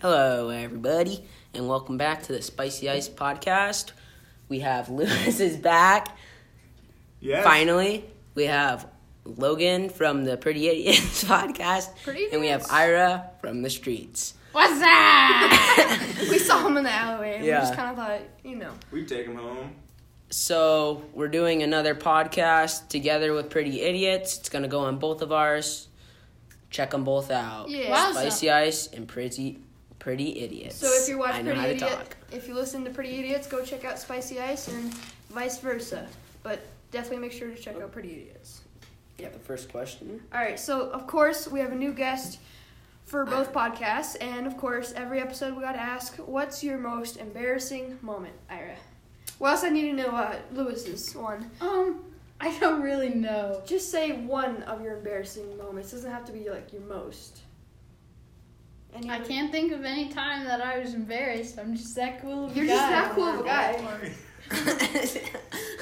Hello, everybody, and welcome back to the Spicy Ice Podcast. We have Lewis is back. Yes. Finally, we have Logan from the Pretty Idiots Podcast, Pretty and we have Idiots. Ira from the streets. What's that? we saw him in the alleyway. And Yeah. We just kind of thought, you know. We take him home. So we're doing another podcast together with Pretty Idiots. It's gonna go on both of ours. Check them both out. Yeah. Wow. Spicy Ice and Pretty Pretty Idiots. So if you watch I know Pretty how to Idiot, talk. if you listen to Pretty Idiots, go check out Spicy Ice and vice versa. But definitely make sure to check out Pretty Idiots. Yeah, the first question. All right. So of course we have a new guest for both podcasts, and of course every episode we gotta ask, what's your most embarrassing moment, Ira? Well, else I need to know uh, Lewis's one. Um, I don't really know. Just say one of your embarrassing moments. doesn't have to be like your most. Any I other- can't think of any time that I was embarrassed. I'm just that cool of a You're guy. just that cool of a guy.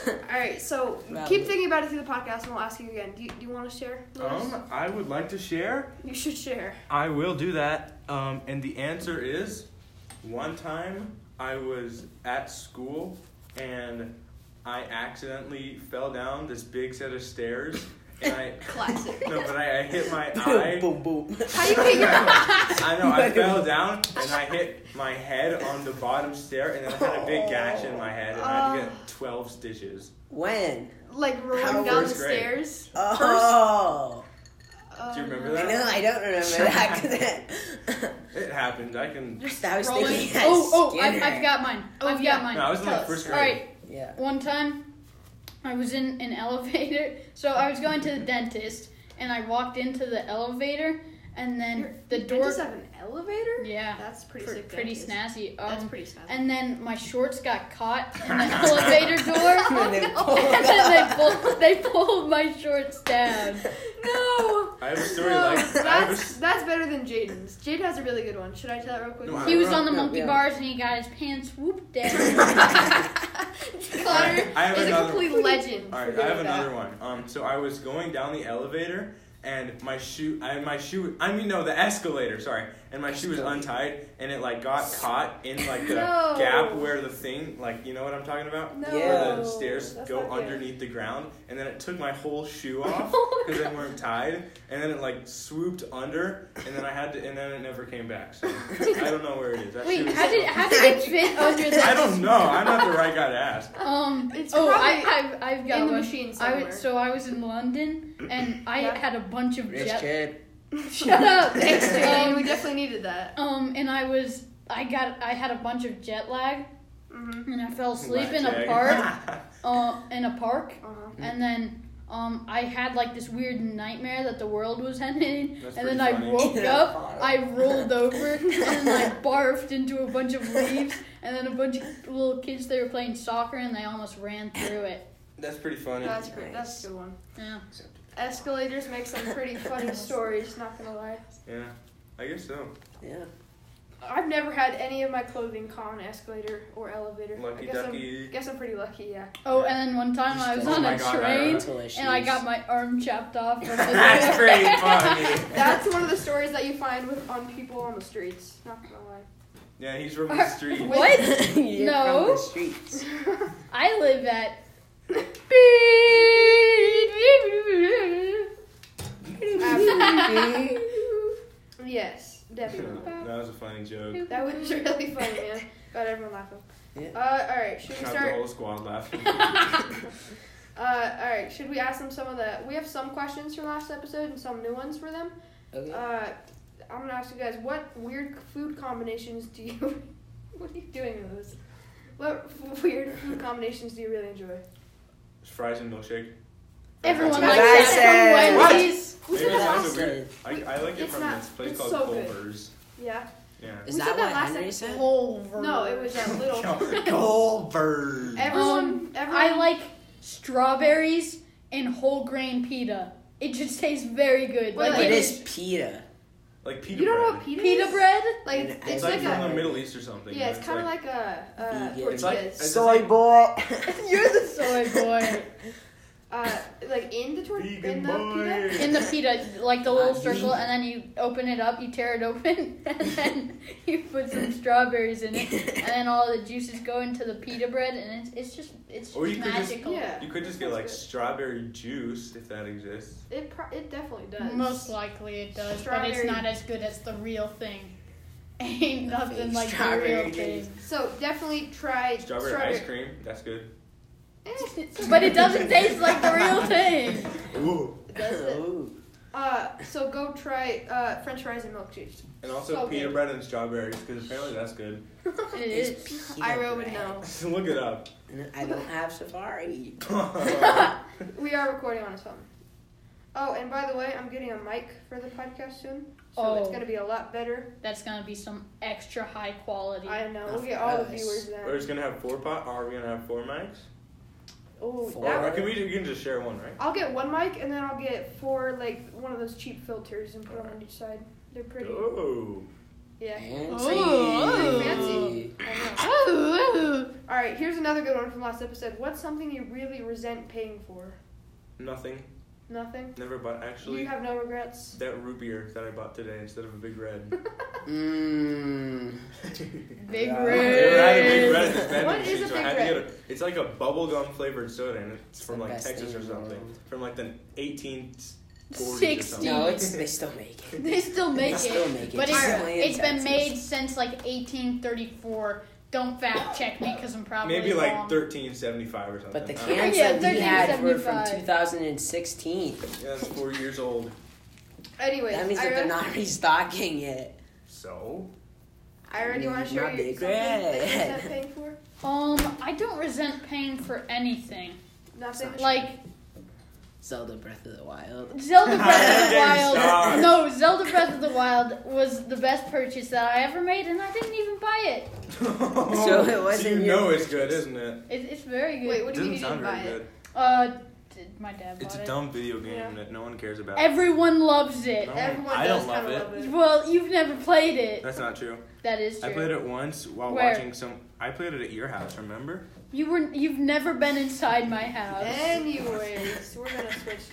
All All right, so Valid. keep thinking about it through the podcast, and we'll ask you again. Do you, do you want to share? Lewis? Um, I would like to share. you should share. I will do that. Um, and the answer is, one time I was at school and I accidentally fell down this big set of stairs and I Classic. no, but I, I hit my eye. boom, boom. How you get your? I know I fell down and I hit my head on the bottom stair and then I had a big gash in my head and I had to Oh. get twelve stitches. When? Like rolling How down the first grade? stairs. Oh. Uh, Do you remember no. that? No, I don't remember that. 'cause that- It happened. I can. I was Rolling. thinking. that Oh, oh, I, Skinner. I've got mine. Oh, I've yeah. got mine. No, I was in like Tell us. first All grade. right, Yeah. one time I was in an elevator. So I was going to the dentist, and I walked into the elevator, and then Your- the your door. dentist have an elevator. Yeah, That's pretty pretty, sick. pretty dentist. snazzy. Um, That's pretty snazzy. And then my shorts got caught in the elevator door, And they Oh, pulled and then they up. pulled, they pulled my shorts down. no. I have a story No, like I have a that's that's better than Jaden's. Jade has a really good one. Should I tell it real quick? No, I- He was on the Yeah, monkey yeah. bars and he got his pants whooped down. Connor I have is a another- complete legend. All for right, I doing have that. another one. Um, so I was going down the elevator, and my shoe, I my shoe, I mean no, the escalator, sorry, and my shoe was untied, and it like got caught in like the No. gap where the thing, like you know what I'm talking about, No. where the Yeah. stairs That's go not good. underneath the ground, and then it took my whole shoe off Oh my because they weren't tied, and then it like swooped under, and then I had to, and then it never came back. So I don't know where it is. That shoe Wait, is- how did how did it fit under I that? don't know. I'm not the right guy to ask. Um, It's oh, I, probably I've, I've got in the one. machine I somewhere. was- so I was in London and I Yeah. had a bunch of Rich jet. kid. Shut up. Thanks, Jaden. we um, definitely needed that. um, and I was I got I had a bunch of jet lag Mm-hmm. and I fell asleep in a Blackjack. park. Uh, in a park, Uh-huh. Mm. and then. Um, I had like this weird nightmare that the world was ending, That's and then pretty I funny. woke Yeah. up I rolled over and then I barfed into a bunch of leaves and then a bunch of little kids they were playing soccer and they almost ran through it. That's pretty funny. That's pretty, that's a good one. Yeah. Escalators make some pretty funny stories, not gonna lie. Yeah, I guess so. Yeah. Um, I've never had any of my clothing caught on escalator or elevator. I Lucky guess ducky. I'm, guess I'm pretty lucky, yeah. Oh, and then one time I was Oh on my a God, train Mental issues. and I got my arm chopped off. From the That's pretty funny. That's one of the stories that you find with on people on the streets. Not gonna lie. Yeah, he's from the street. What? You're No. Um, From the streets. I live at. Absolutely. yes, definitely. that was a funny joke. That was really funny, man. Got everyone laughing. Yeah. Uh, all right, should we Have start? the whole squad laughing. Uh, all right. Should we ask them some of the? We have some questions from last episode and some new ones for them. Okay. Uh, I'm gonna ask you guys what weird food combinations do you? what are you doing with those? What f- weird food combinations do you really enjoy? Fries and milkshake. Everyone That's likes what I that said. from Wendy's. We Maybe said it's that not last. so weird. I, I like it It's from not- this place it's called so good. Culver's. Yeah. Yeah. Is we that said that what last Henry episode. said? Over. No, it was that little. Culver's. Everyone, everyone. Um, I like strawberries and whole grain pita. It just tastes very good. Wait, like What wait, it wait. is is pita? Like pita You don't know bread. what pita, pita is? bread. Like And it's, It's, it's like, like, from a. the Middle East or something. yeah, it's but kind of like, a uh, Vegan. tortillas. It's like- Soy boy. You're the soy boy. Uh, like in the tor- in Vegan the boy. pita? In the pita, like the little I circle, mean- and then you open it up, you tear it open, and then you put some strawberries in it, and then all the juices go into the pita bread, and it's, it's just it's Or you just could just- magical. Yeah. You could just get like strawberry juice if that exists. It pro- it definitely does. Most likely it does, but Strawberry- it's not as good as the real thing. Ain't nothing Nothing like the strawberry real juice. thing. So definitely try Strawberry, ice cream, that's good. Eh, But it doesn't taste like the real thing. Ooh. does it. Ooh. Uh, so go try uh French fries and milkshakes. And also So peanut good. bread and strawberries because apparently that's good. It It's is. pita Ira would bread. know. Look it up. And I don't have Safari. We are recording on his phone. Oh, and by the way, I'm getting a mic for the podcast soon, so it's Oh. gonna be a lot better. That's gonna be some extra high quality. I know. Not We'll get for all the us. viewers We're then. just gonna have four pot. Are we gonna have four mics? Oh, Four. Or that can we, we can just share one, right? I'll get one mic and then I'll get four like one of those cheap filters and put them on each side. They're pretty. Oh. Yeah. Fancy. Ooh. Fancy. I know. Oh, All right, here's another good one from last episode. What's something you really resent paying for? Nothing. Nothing. Never bought. Actually, you have no regrets. that root beer that I bought today instead of a big red. Mmm. Big Yeah. I Red. never had a big red. It's bad What to is a choose, so I Big had to Red? get a- It's like a bubblegum flavored soda, and it's, It's from the like best Texas thing or in the something. world. From like the 18th. Sixty. No, it's they still make it. They still make They it, still make it. but Just it's, land it's taxes. been made since like 1834. Don't fact check me because I'm probably Maybe like wrong. 1375 or something. But the I don't know. cans Yeah, that we had were from 1375. 2016. Yeah, it's four years old. Anyways, That means that Ira, they're not restocking it. So? Ira, do you want to share My your big something that you red. resent paying for? Um, I don't resent paying for anything. Nothing. Like Zelda Breath of the Wild. Zelda Breath of the GameStop. Wild. No, Zelda Breath of the Wild was the best purchase that I ever made, and I didn't even buy it. So it wasn't you your know it's good, isn't it? it it's very good. Wait, what do you mean Doesn't you sound didn't buy very it? good. Uh, d- my dad bought It's a it. dumb video game Yeah. that no one cares about. Everyone loves it. No, Everyone I does don't love kind it. of love it. Well, you've never played it. That's not true. That is true. I played it once while Where? watching some. I played it at your house. Remember? You were you've never been inside my house. Eh? Anyways, we're gonna switch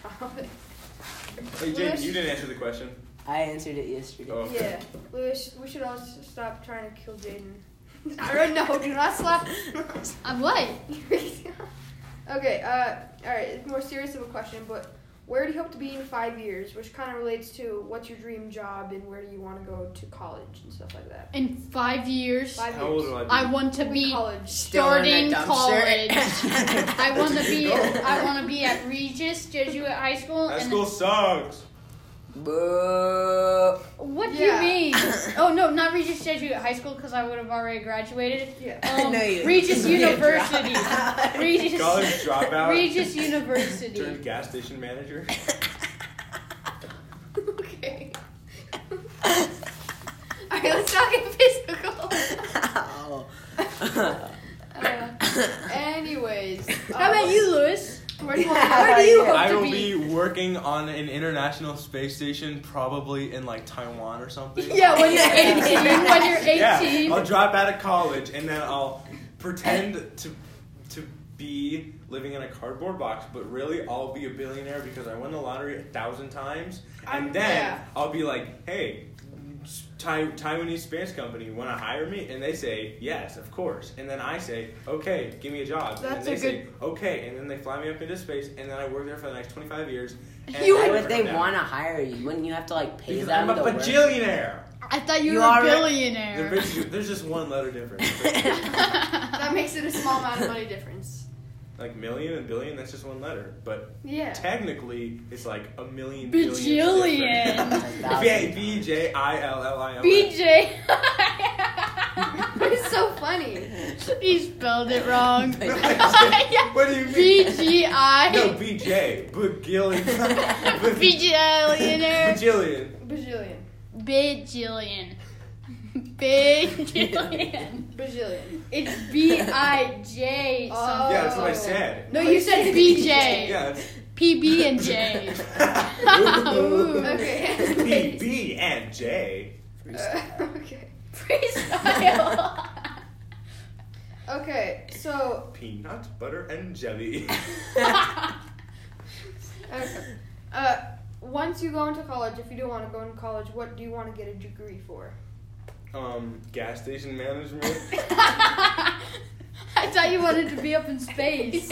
Wait, topics. Where Jade, is- you didn't answer the question. I answered it yesterday. Oh. Yeah, we should, we should all s- stop trying to kill Jaden. Ira, no, do not slap. I'm what? okay, uh, alright, it's more serious of a question, but where do you hope to be in five years? Which kind of relates to what's your dream job and where do you want to go to college and stuff like that. In five years, Five How years. old will I be? I want to In be college. Still in starting that dumpster. college. I want to be I want to be at Regis Jesuit High School. High and school sucks. Boo. What Yeah. do you mean? oh no, not Regis Jesuit High School because I would have already graduated. Yeah. I Um, know you- Regis you're a University. dropout. Regis. College dropout. Regis Turned University. gas station manager. okay. alright, let's not get physical. Ow. Uh, anyways. uh, How about you, Lewis? Where do you Yeah. want to Where do you hope I to will be? be working on an international space station, probably in like Taiwan or something. Yeah, when you're 18. When you're 18. Yeah, I'll drop out of college and then I'll pretend to to be living in a cardboard box, but really I'll be a billionaire because I won the lottery a thousand times, and I'm- then yeah. I'll be like, hey. Tai- Taiwanese space company want to hire me, and they say yes, of course. And then I say, okay, give me a job. That's and then they a say okay, and then they fly me up into space, and then I work there for the next twenty five years. and You I Why never would they come down. want to hire you? Wouldn't you have to like pay Because them I'm a to work? bajillionaire. I thought you, You were a already- They're billionaire. basically- There's just one letter difference. That makes it a small amount of money difference. like million and billion that's just one letter but Yeah. technically it's like a million Bajillion. B J I L L I L. BJ. it's so funny. he spelled it wrong. What do you mean? No, BGI. B J. Bajillion. Baj- Bajillionaire. Bajillion. Bajillion. Bajillion. Bajillion. Bajillion. It's B I J. Oh. Yeah, that's what I said. No, you said BJ. Yeah. PB and J. Ooh. B Okay. B and J. Uh, okay. Freestyle. Okay. So Peanut butter and jelly. Okay. Uh, once you go into college, if you do want to go into college, what do you want to get a degree for? Um, gas station management. I thought you wanted to be up in space.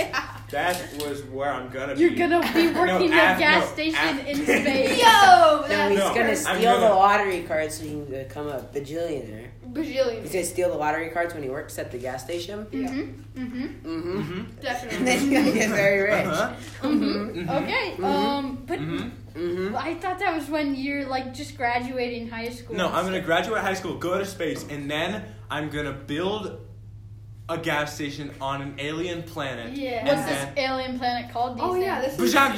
That was where I'm gonna You're be. gonna be working No, at af- a gas no, station af- in space. Yo, No, he's that's No, gonna I'm steal gonna- the lottery cards so he can become a bajillionaire. He's bajillion. gonna steal the lottery cards when he works at the gas station. Mm-hmm. Mm-hmm. Mm-hmm. Mm-hmm. And Definitely. then he's gonna get very rich. Uh-huh. Mm-hmm. Mhm. Okay. Um. But Mm-hmm. Mm-hmm. I thought that was when you're like just graduating high school. No, I'm gonna graduate high school, go to space, and then I'm gonna build a gas station on an alien planet. Yeah. And What's this then- alien planet called? Do you Oh think? yeah, this is. yeah,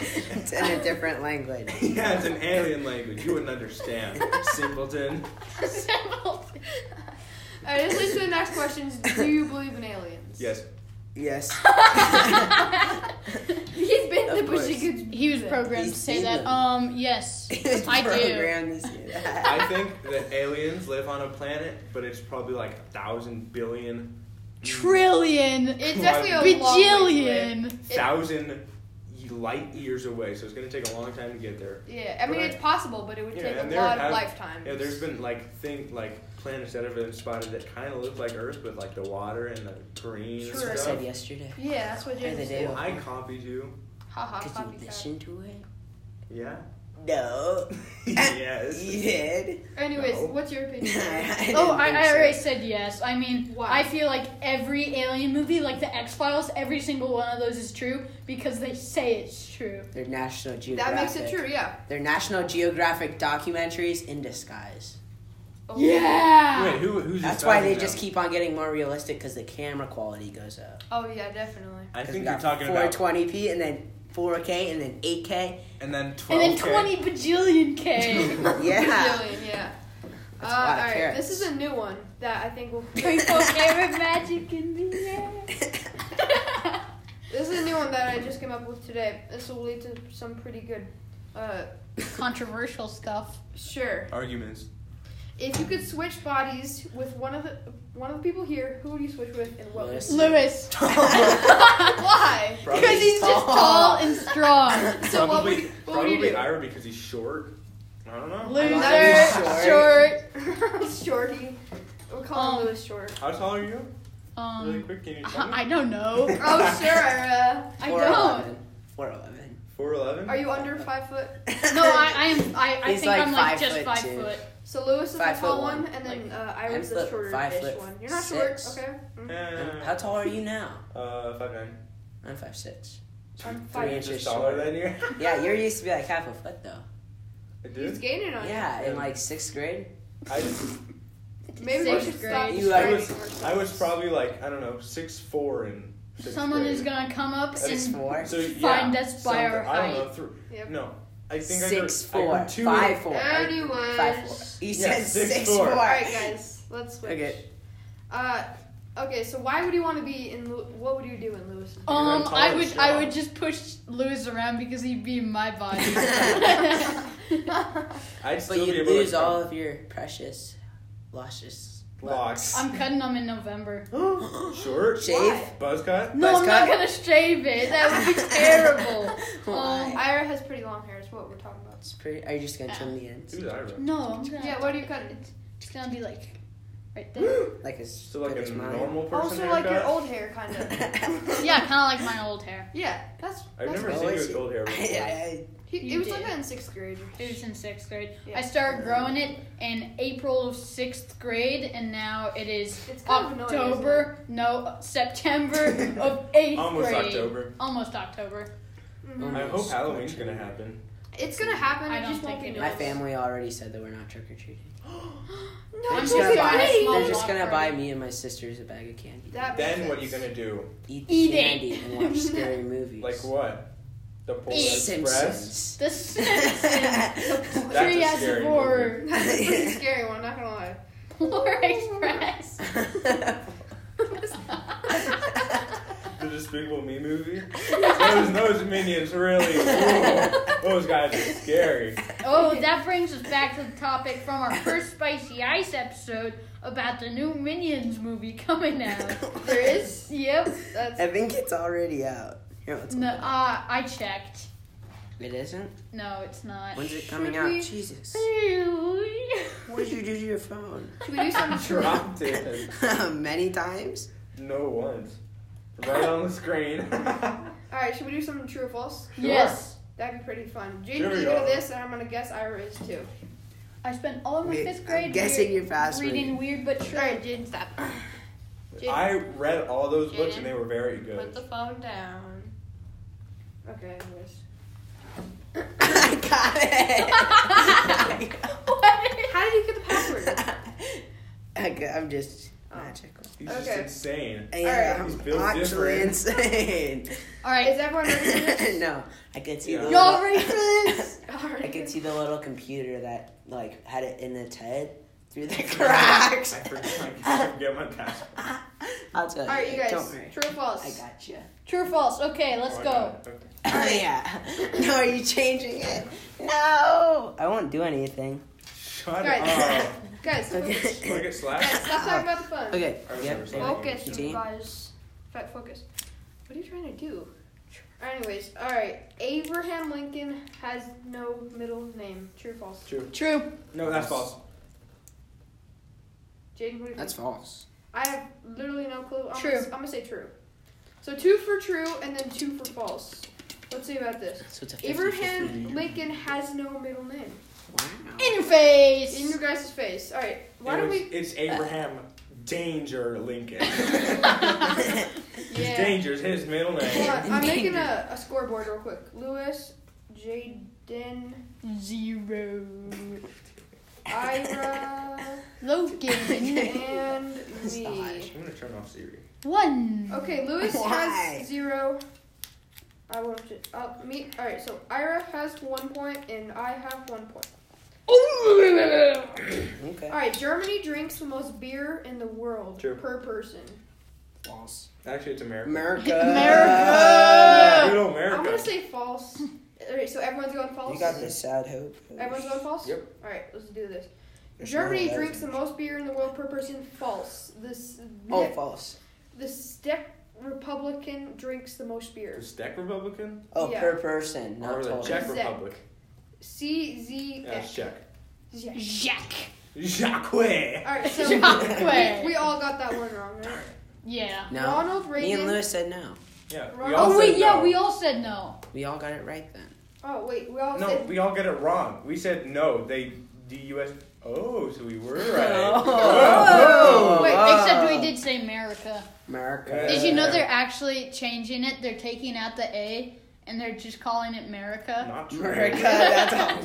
It's in a different language. it's an alien language. You wouldn't understand, simpleton. All right, this leads to the next question: is Do you believe in aliens? Yes. Yes. He's been Of the bushy course. good. he was programmed He's to say seen that. them. Um. Yes. He was I do. programmed to say that. I think that aliens live on a planet, but it's probably like a thousand billion, Trillion. It's definitely a long way to live. Bajillion. thousand y- light years away. So it's gonna take a long time to get there. Yeah, I mean But I- it's possible, but it would Yeah, take a and there lot of have- lifetimes. Yeah, there's been like thing like planets that have been spotted that kind of look like Earth, but like the water and the green. That's and what I stuff. said yesterday. Yeah, that's what Or the James day said. Well, I copied you. Haha, Could you copycat. listen to it? Yeah. No. yes. You did. Anyways, No. what's your opinion? I Oh, didn't I, think I so. already said yes. I mean, Why? I feel like every alien movie, like the X Files, every single one of those is true because they say it's true. They're National Geographic. that makes it true. Yeah. They're National Geographic documentaries in disguise. Oh. Yeah. Wait, who, who's That's why they just keep on getting more realistic because the camera quality goes up. Oh yeah, definitely. I 'Cause think we you're got talking about 420p and then 4K and then 8K. and then And twelve. then 20 bajillion K. Yeah. Billion, yeah. Uh, That's a lot of Alright, this carrots. is a new one that I think will. Twinkle carrot magic in the air. This is a new one that I just came up with today. This will lead to some pretty good. Uh, Controversial stuff. sure. Arguments. If you could switch bodies with one of the one of the people here, who would you switch with and what? would- Lewis. Lewis. Why? Probably- Because he's Oh. just tall and strong. So what would probably you, what would you probably do? Ira because he's short. I don't know. Loser. Short. Shorty. We're calling Um, Lewis short. How tall are you? really Um, quick, can you tell me? I don't know. Oh sure, Ira. I don't. 411. Four eleven. Are you under five foot? No, I, I am. I, I He's think like I'm like five just foot five two. foot. So Lewis is Five the foot tall one, one, and then like, uh, I'm Ira's the foot- shorter five ish foot one. You're not short, six. okay? Mm. How tall are you now? Eh, Uh, five nine. I'm 5'6. I'm Three five. inches Just shorter. taller than you. Yeah, you used to be like half a foot though. I He's did. gaining on Yeah, in like sixth grade. I, you. Maybe we Sixth should grade. stop You I Sorry. describing was commercials. I was probably like I don't know six four and. Sixth Someone grade. is gonna come up Six and four. So yeah, Find us by something- I our don't height. know. Through, Yep. no, I think Six I heard, I four. heard two. Five four. Anyways. Five four. He Yeah, said six, six four. four. All right, guys, let's switch. Okay. Uh, okay. So why would you want to be in? Lew- What would you do in Lewis? um. You're I on would top. I would just push Lewis around because he'd be in my body. I'd still But be you able lose to all of your precious, luscious locks. I'm cutting them in November. Short, Shave. buzz cut. No, Buzz I'm cut? not gonna shave it. That would be terrible. Why? Ira has pretty long hair. Is what we're talking about. It's pretty. Are you just gonna trim the ends? Who's Ira? No. I'm gonna, Yeah. What do you cut? It's gonna be like right there. Like as So like good a as mine. normal person Also, like your haircut? old hair, kind of. yeah, kind of like my old hair. Yeah, that's. I've that's never cool. seen Oh, I you with see. old hair before. I, He, You it was like did. that in sixth grade. It was in sixth grade. Yeah. I started growing it in April of sixth grade, and now it is It's kind of annoying, isn't October. No, September of eighth Almost grade. October. Almost October. Mhm. I Mm. hope Halloween's gonna happen. It's gonna happen. I it don't just won't be think it my is. noticed. family already said that we're not trick or treating. No, They're I'm just just gonna gonna buy. buy a small They're just lot gonna for buy me. me and my sisters a bag of candy. That Then makes what are you sense. gonna do? Eat, Eat it. candy and watch scary movies. Like what? The Polar Eat. Express. Simpsons. The Simpsons. That's a Three as scary four. That's a pretty scary one. Not gonna lie. Polar Express. The Despicable Me movie. those, those minions really. Ooh, those guys are scary. Oh, that brings us back to the topic from our first Spicy Ice episode about the new Minions movie coming out. There is. Yep. That's I think it's already out. Here, let's No, uh, I checked. It isn't? No, it's not. When's it coming Should out? we- Jesus. Ew. What did you do to your phone? Should we do something? Dropped it. Many times? No once. Right on the screen. All right, should we do something true or false? Yes. That'd be pretty fun. There Jaden's we gonna go. this, and I'm gonna guess Ira is too. I spent all of my Wait, fifth grade I'm guessing weird- your password. reading weird but All right, true. Jaden, stop. Jaden, I read all those books and they were very put good. the phone down. Okay, anyways. I got it. What? How did you get the password? Okay, I'm just Oh. magical. He's just Okay. insane. Yeah, He's I'm built actually different. insane. All Is right. everyone ready for this? no, I could see Yeah. the Y'all little- racist! I could see the little computer that like had it in its head through the cracks. I forgot I forget my password. I'll tell All right, you you. guys. Don't worry. True or false? I got you. True or false? Okay, let's Oh, I go. got it. Okay. yeah. No, are you changing it? No. I won't do anything. Shut Guys. up. Guys, focus. Do I get Guys, slapped? stop talking about the phone. Okay. I was never Yep. slapped. Focus, Continue. you guys. Fat focus. What are you trying to do? Anyways, all right. Abraham Lincoln has no middle name. True or false? True. True. No, that's false. Jaden, what do you think? That's false. I have literally no clue. I'm True. Gonna, I'm gonna say true. So two for true and then two for false. Let's see about this. So it's a 50 Abraham Lincoln has no middle name. Wow. In your face. In your guys' face. All right. Why It don't was- we? It's Abraham Danger Lincoln. He's Yeah. Danger's his middle Hold name. on. I'm making a, a scoreboard real quick. Lewis, Jaden, Zero. Ira, Logan. and Stop. me. I'm gonna turn off Siri. One. Okay, Lewis Why? has zero. I won't. Ju- uh, me. All right. So Ira has one point and I have one point. Okay. All right, Germany drinks the most beer in the world True. per person. False. Actually, it's America. America. America. Good old I'm America. gonna say false. All right, so everyone's going false. You got this sad hope. Everyone's going false. Yep. All right, let's do this. There's Germany no drinks the thousand. most beer in the world per person. False. This. Oh, false. The Czech Republican drinks the most beer. The Czech Republican? Oh, Yeah. per person, not Or the total. Czech Czech. Republic? C Z. Yeah, it's Czech. Czech. Jack. Jacques! All right, so Jacques. we, we all got that one wrong, right? Yeah. No. Ronald Me and Reagan. Lewis said no. Yeah. Ron- We all oh wait, said yeah, no. we all said no. We all got it right then. Oh wait, we all No, said. we all get it wrong. We said no. They, the U.S. Oh, so we were right. Oh. Whoa. Wait. Except we did say America. America. Did you know they're actually changing it? They're taking out the A and they're just calling it America. Not true. America, that's a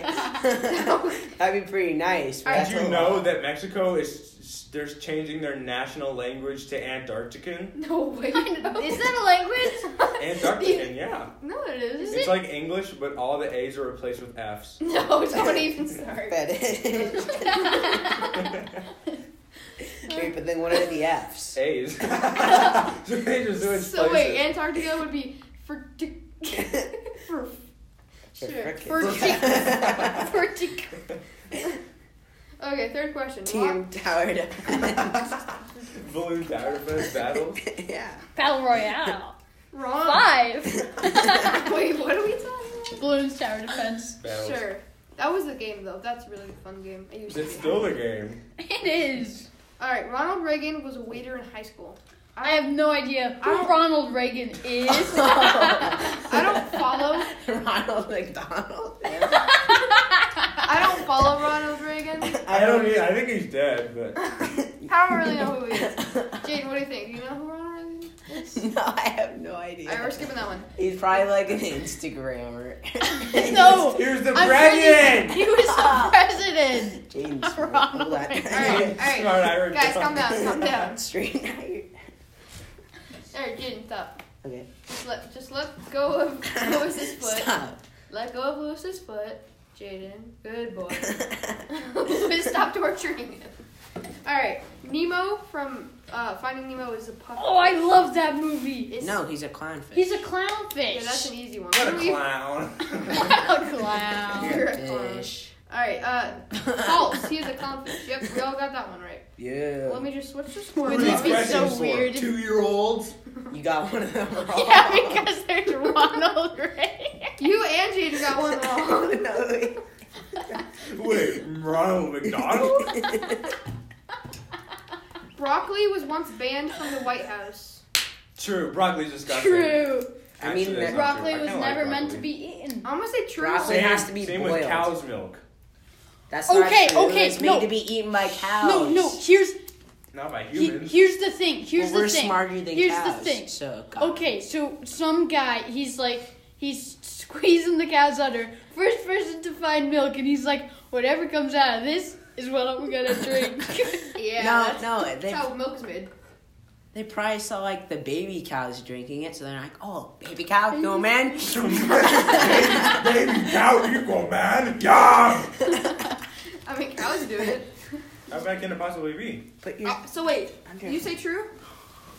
lie. That'd be pretty nice. but Did Did that's a you lie. know that Mexico is they're changing their national language to Antarctican? No way. Is that a language? Antarctican, yeah. No, it is. Is It's it? like English, but all the A's are replaced with F's. No, don't even start. That is. Wait, but then what are the F's? A's. so they just do it So wait, places. Antarctica would be for t- for sure. frickin- For For t- okay, third question. Team Tower Defense. Balloon tower defense battle. yeah. Battle Royale. Wrong. Five. wait, what are we talking Balloons Tower Defense. about? Battles. Sure. That was the game though. That's a really fun game. I used to It's be- still a game. It is. All right, Ronald Reagan was a waiter in high school. I have no idea who I- Ronald Reagan is. I don't follow. Ronald McDonald. Yeah. I don't follow Ronald Reagan. I don't. e- I think he's dead, but I don't really know who he is. Jade, what do you think? Do you know who Ronald Reagan? is? No, I have no idea. All right, we're skipping that one. He's probably like an Instagrammer. No. here's the I'm president. He was the president. James, Ronald hold on. Reagan. All right, all right. Smart Irish Guys, calm down, calm down. Straight now. you're- All right, Jaden, stop. Okay. Just let, just let go of Lewis's foot. Stop. Let go of Lewis's foot. Jaden, good boy. Lewis, stop torturing him. All right, Nemo from uh, Finding Nemo is a puppy. Oh, I love that movie. It's- no, he's a clownfish. He's a clownfish. Yeah, that's an easy one. What a What do you- clown. What a clown. You're a Fish. clown. All right, uh, Colts. He is a clownfish. Yep, we all got that one right. Yeah. Let me just switch the score. Would real this be quick. so weird? Two year olds. You got one of them wrong. Yeah, because there's Ronald Ray. You and Jaden got one wrong. No. Wait, Ronald McDonald? Broccoli was once banned from the White House. True, broccoli just got banned. True. I mean, Actually, that's that- not true. Broccoli I was kinda like never meant to broccoli. be eaten. I'm gonna say true. Broccoli. Same, It has to be same boiled. with cow's milk, That's Okay, not true. okay, It's no. made to be eaten by cows. No, no. Here's not by he, humans. here's the thing. Here's Well, we're the thing. smarter than here's cows. the thing. So, God. Okay, so some guy, he's like, he's squeezing the cow's udder. First person to find milk, and he's like, whatever comes out of this is what I'm gonna drink. Yeah. no, that's, no. They, that's how milk is made. they probably saw like the baby cows drinking it, so they're like, "Oh, baby cow, go man." Baby cow, you go, man. Yeah! I mean, cows do it. How bad can it possibly be? Put your Uh, so wait, under. you say true?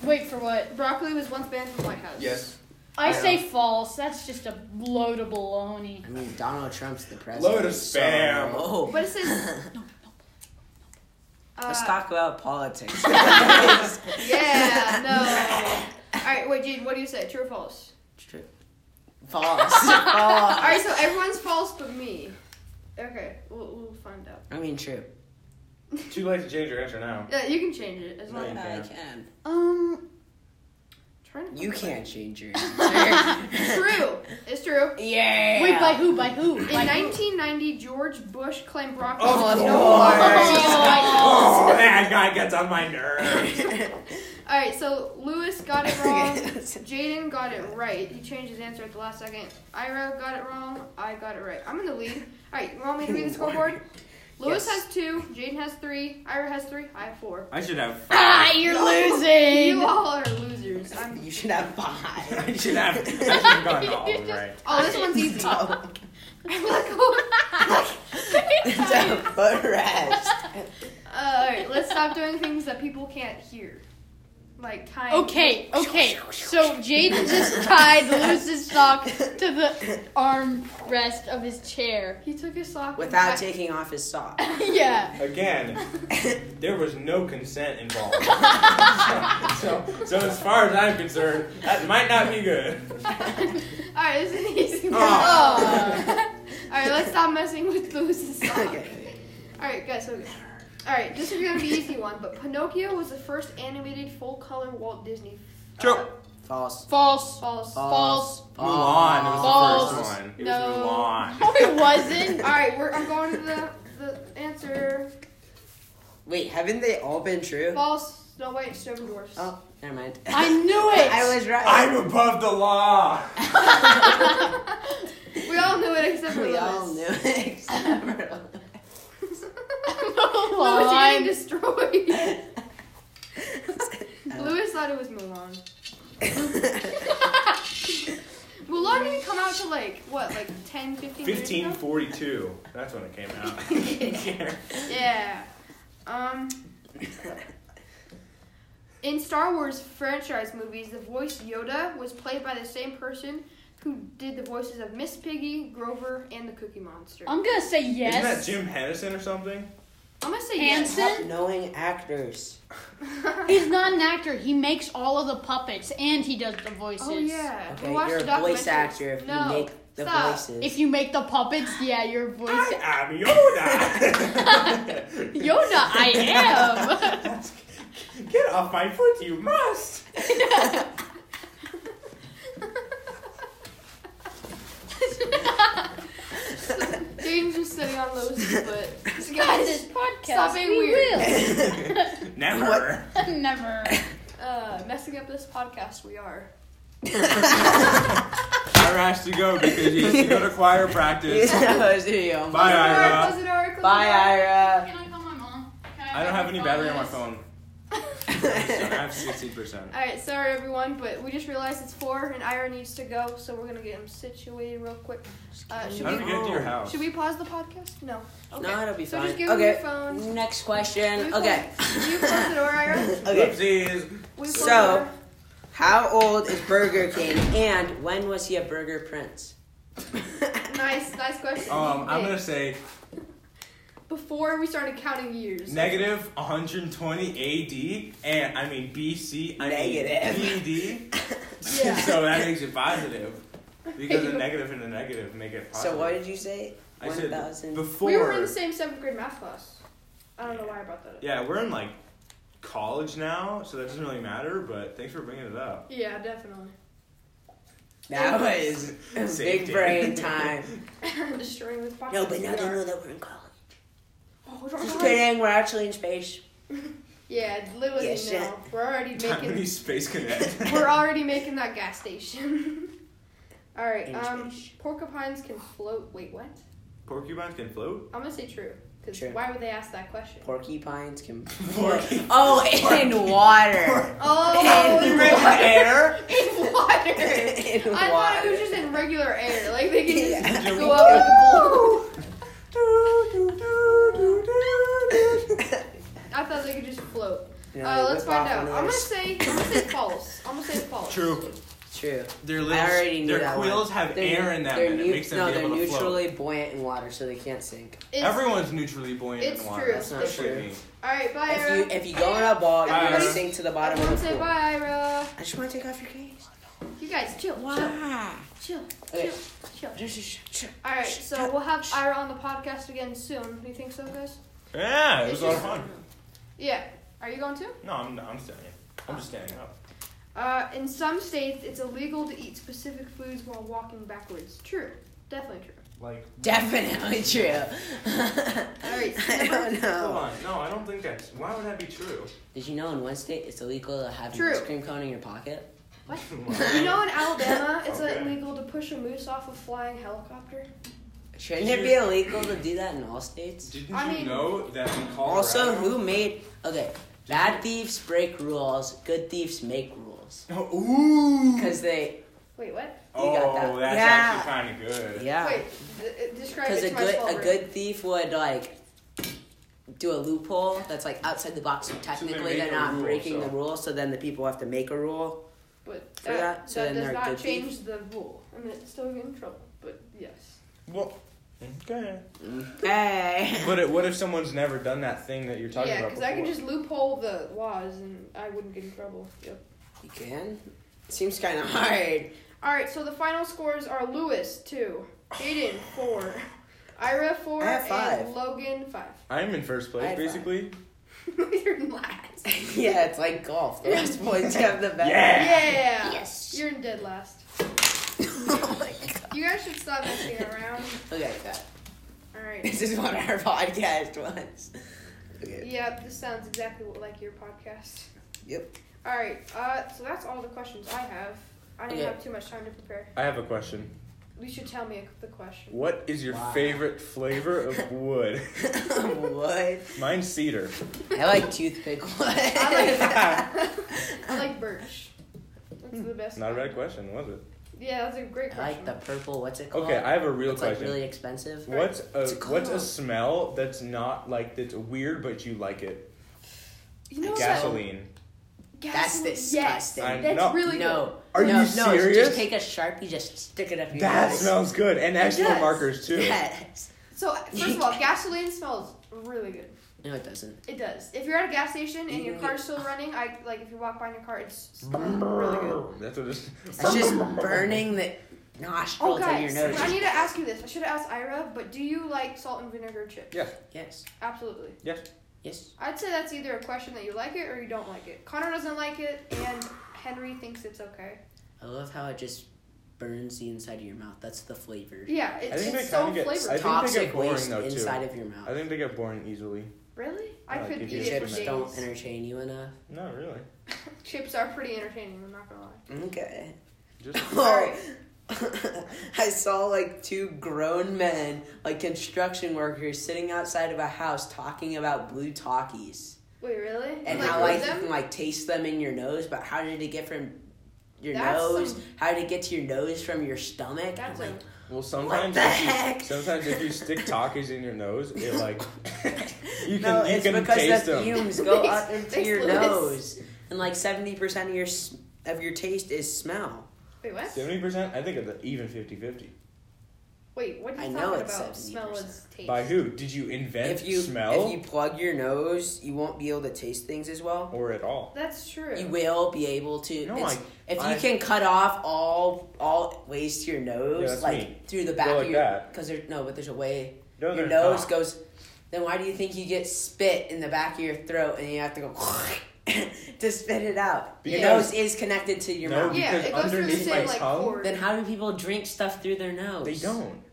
Wait for what? Broccoli was once banned from the White House. Yes. I Yeah. say false. That's just a load of baloney. I mean, Donald Trump's the president. Load of spam. So, But it says. Uh, Let's talk about politics. Yeah, no. All right, wait, Jade, what do you say? True or false? True. False. False. All right, so everyone's false but me. Okay, we'll, we'll find out. I mean, true. Too late to change your answer now. Yeah, you can change it as long. Right. I Yeah. can. Um, Trying to You can't change your answer. True. It's true. yeah. wait, by who? By who? In By who? 1990, George Bush claimed broccoli Of was no course. longer. Oh, that guy gets on my nerves. All right, so Lewis got it wrong. Jaden got it right. He changed his answer at the last second. Ira got it wrong. I got it right. I'm in the lead. All right, you want me to read the scoreboard? Lewis Yes. has two. Jaden has three. Ira has three. I have four. I should have Ah, you're losing. You all are losers. I'm you should have five. I should have. I should have gotten all of them right. Oh, this one's easy. Oh, it's It's a foot rest. Alright, Uh, let's stop doing things that people can't hear. Like time. Okay, okay. So Jaden just tied Lewis's sock to the armrest of his chair. He took his sock. Without taking. taking off his sock. yeah. Again, there was no consent involved. so, so as far as I'm concerned, that might not be good. Alright, this is an easy one. Oh. Alright, let's stop messing with Lewis's sock. Okay. Alright, guys, so. Alright, this is gonna be an easy one, but Pinocchio was the first animated full color Walt Disney. True. Uh, False. False. false. False. Mulan was the False. first one. It No. was Mulan. No, it wasn't. Alright, we're- I'm going to the, the answer. Wait, haven't they all been true? False. No, wait, Stone Dwarfs. Oh, never mind. I knew it. I was right. I'm above the law. We all knew it except for we Lewis. all knew it except for Lewis, you're getting Mulan. destroyed. Lewis thought it was Mulan. Mulan didn't come out to like what, like 10, 15 years ago? 1542. That's when it came out. Yeah. Um. In Star Wars franchise movies, the voice Yoda was played by the same person who did the voices of Miss Piggy, Grover, and the Cookie Monster. I'm gonna say Isn't that yes. Jim Henderson or something? I'm gonna say Hands- Top knowing actors. yes. He's not an actor. He makes all of the puppets and he does the voices. oh yeah. Okay, we watched you're the a voice actor documentary. if no, you make the stop. voices. If you make the puppets, yeah, you're a voice. I'm Yoda. Yoda, I am. Get off my foot, you must. James was sitting on Lowe's foot. Guys, this podcast. Stop being we weird. Never. will. Never. Uh, messing up this podcast, we are. Ira has to go because he has to go to choir practice. Bye, Bye, Ira. Was it Oracle? Bye, Ira. Can I call my mom? I don't have any battery on my phone. So I have 60%. Alright, sorry everyone, but we just realized it's four and Ira needs to go, so we're gonna get him situated real quick. Uh, should, How do we we, get to your house? should we pause the podcast? No. Okay. No, it'll be so fine. just give okay. him your phone. Next question. You Okay. close- you close the door, Ira? okay. Oopsies. We close So- the door. How old is Burger King and when was he a Burger Prince? Nice, nice question. Um, I'm Hey. gonna say before we started counting years. Negative 120 AD, and I mean BC, I mean Negative. BD. Yeah. so that makes it positive. Because a You- negative and a negative make it positive. So what did you say? I said 1,000. before. We were in the same seventh grade math class. I don't know why I brought that up. yeah, we're in like college now, so that doesn't really matter, but thanks for bringing it up. Yeah, definitely. That was big Safety. brain time. Destroying this podcast. No, but now We they are- know that we're in college. Oh, we're Just already- kidding. We're actually in space. Yeah, literally Yes, no. yeah. We're already making. Taiwanese Space Connect. We're already making that gas station. All right. In Um, space. porcupines can float. Wait, what? Porcupines can float? I'm gonna say true, because True. why would they ask that question? Porcupines can. Porcupines. Oh, in water. oh, in in air. water. in water. I thought it was just in regular air, like they can just Yeah. go up with the balloon. I thought they could just float. No, Uh, they let's whip find off out. one of I'm gonna those. say, I'm gonna say false. I'm gonna say false. True. True. Their I little, already knew their that one. quills have They're- air in them, they're and it neu- makes them no, be they're able to float. neutrally buoyant in water, so they can't sink. It's, Everyone's neutrally buoyant It's in water. true. That's not That's true. all right, bye, If Ira. you if you go in a ball, you're gonna Ira. sink to the bottom Everyone of the say pool. bye, Ira. I just want to take off your case. You guys, chill, chill, Why? chill, Okay. chill, chill. All right, so we'll have Ira on the podcast again soon. Do you think so, guys? Yeah, it was It's a lot of just- fun. Yeah. Are you going to? No, I'm, I'm standing. I'm just standing up. Uh, in some states, it's illegal to eat specific foods while walking backwards. True. Definitely true. Like, Definitely true. right, I don't hold know. on. No, I don't think that's. Why would that be true? Did you know in one state it's illegal to have True. an ice cream cone in your pocket? You know, in Alabama, it's Okay. illegal to push a moose off a flying helicopter. Shouldn't Did it you- be illegal to do that in all states? Didn't I you mean- know that in Colorado? Also, who made okay? Bad thieves break rules. Good thieves make rules. Oh, ooh. Cause they Wait, what? oh, got that. that's Yeah. actually kind of good. yeah. Wait, d- uh, describe Ah. Because it a to my good small a good thief would like do a loophole that's like outside the box. So technically, make they are a not rule, breaking so- the rule. So then the people have to make a rule. But for that, that, so that then does they're not good change the rule. I mean, it's still getting in trouble, but yes. Well, okay. Hey. But it, what if someone's never done that thing that you're talking yeah, about? because I could before? just loophole the laws and I wouldn't get in trouble. Yep. You can? Seems kind of hard. All right, so the final scores are Lewis two, Aiden four, Ira four, I have five. and Logan five. I'm in first I place, had basically. You're in last. yeah, it's like golf. The less points you have, the better. Yeah. Yeah. Yes. You're in dead last. oh my god. You guys should stop messing around. Okay, that. All right. This is what our podcast was. Okay. Yep, this sounds exactly like your podcast. Yep. All right. Uh, so that's all the questions I have. I didn't Okay. have too much time to prepare. I have a question. You should tell me the question. What is your Wow. favorite flavor of wood? what? Mine's cedar. I like toothpick. I I like birch. That's the best. Not a one. bad question, was it? Yeah, that's a great Hmm. I question. like the purple. What's it called? Okay, I have a real it's like question. really expensive. What's a It's what's a called- smell that's not like that's weird but you like it? You know what? Gasoline. That's Gasoline- disgusting. Yes, I'm that's not- really No. Are no, you no, serious? Just take a sharpie, just stick it up your That nose. smells good, and extra does. markers too. Yes. good. So uh, first of all, gasoline smells really good. No, it doesn't. It does. If you're at a gas station and your Yeah. car's still running, I like if you walk by in your car, it's s- really good. That's what it's. It's just burning the nostrils Oh of your guys, nose. I need to ask you this. I should have asked Ira, but do you like salt and vinegar chips? Yes. Yes. Absolutely. Yes. Yes. I'd say that's either a question that you like it or you don't like it. Connor doesn't like it, and Henry thinks it's okay. I love how it just burns the inside of your mouth. That's the flavor. Yeah, I it's, think it's they so kinda get- I flavorful. think they Toxic get boring, waste though, too. inside of your mouth. I think they get boring easily. Really? I like could it. eat Your it for Chips days. don't entertain you enough. Not really. Chips are pretty entertaining. I'm not gonna lie. Okay. Just Oh. I saw like two grown men, like construction workers, sitting outside of a house talking about blue talkies Wait, really? and like, how with like you them? can like taste them in your nose, but how did it get from your That's nose? some- How did it get to your nose from your stomach? That's I'm a, like, well, sometimes the if you, heck? sometimes if you stick talkies in your nose, it like you can no, you it's can because taste the them. fumes go They- up into they your slowly- nose, and like seventy percent of your s- of your taste is smell. wait, what? Seventy percent. I think it's even 50-50. Wait, what are I you know talking it's about? 70%. Smell is taste. By who? Did you invent If you smell if you plug your nose, you won't be able to taste things as well. or at all? That's true. You will be able to. No, it's- I- if you I- can cut off all all ways to your nose, Yeah, that's like me. through the back Go of like your, that. because there's no, but there's a way. No, your there's nose not. goes. Then why do you think you get spit in the back of your throat and you have to go to spit it out? your Because- nose is connected to your No, mouth. Yeah, because it goes through the underneath same my like tongue, cord. Then how do people drink stuff through their nose? They don't.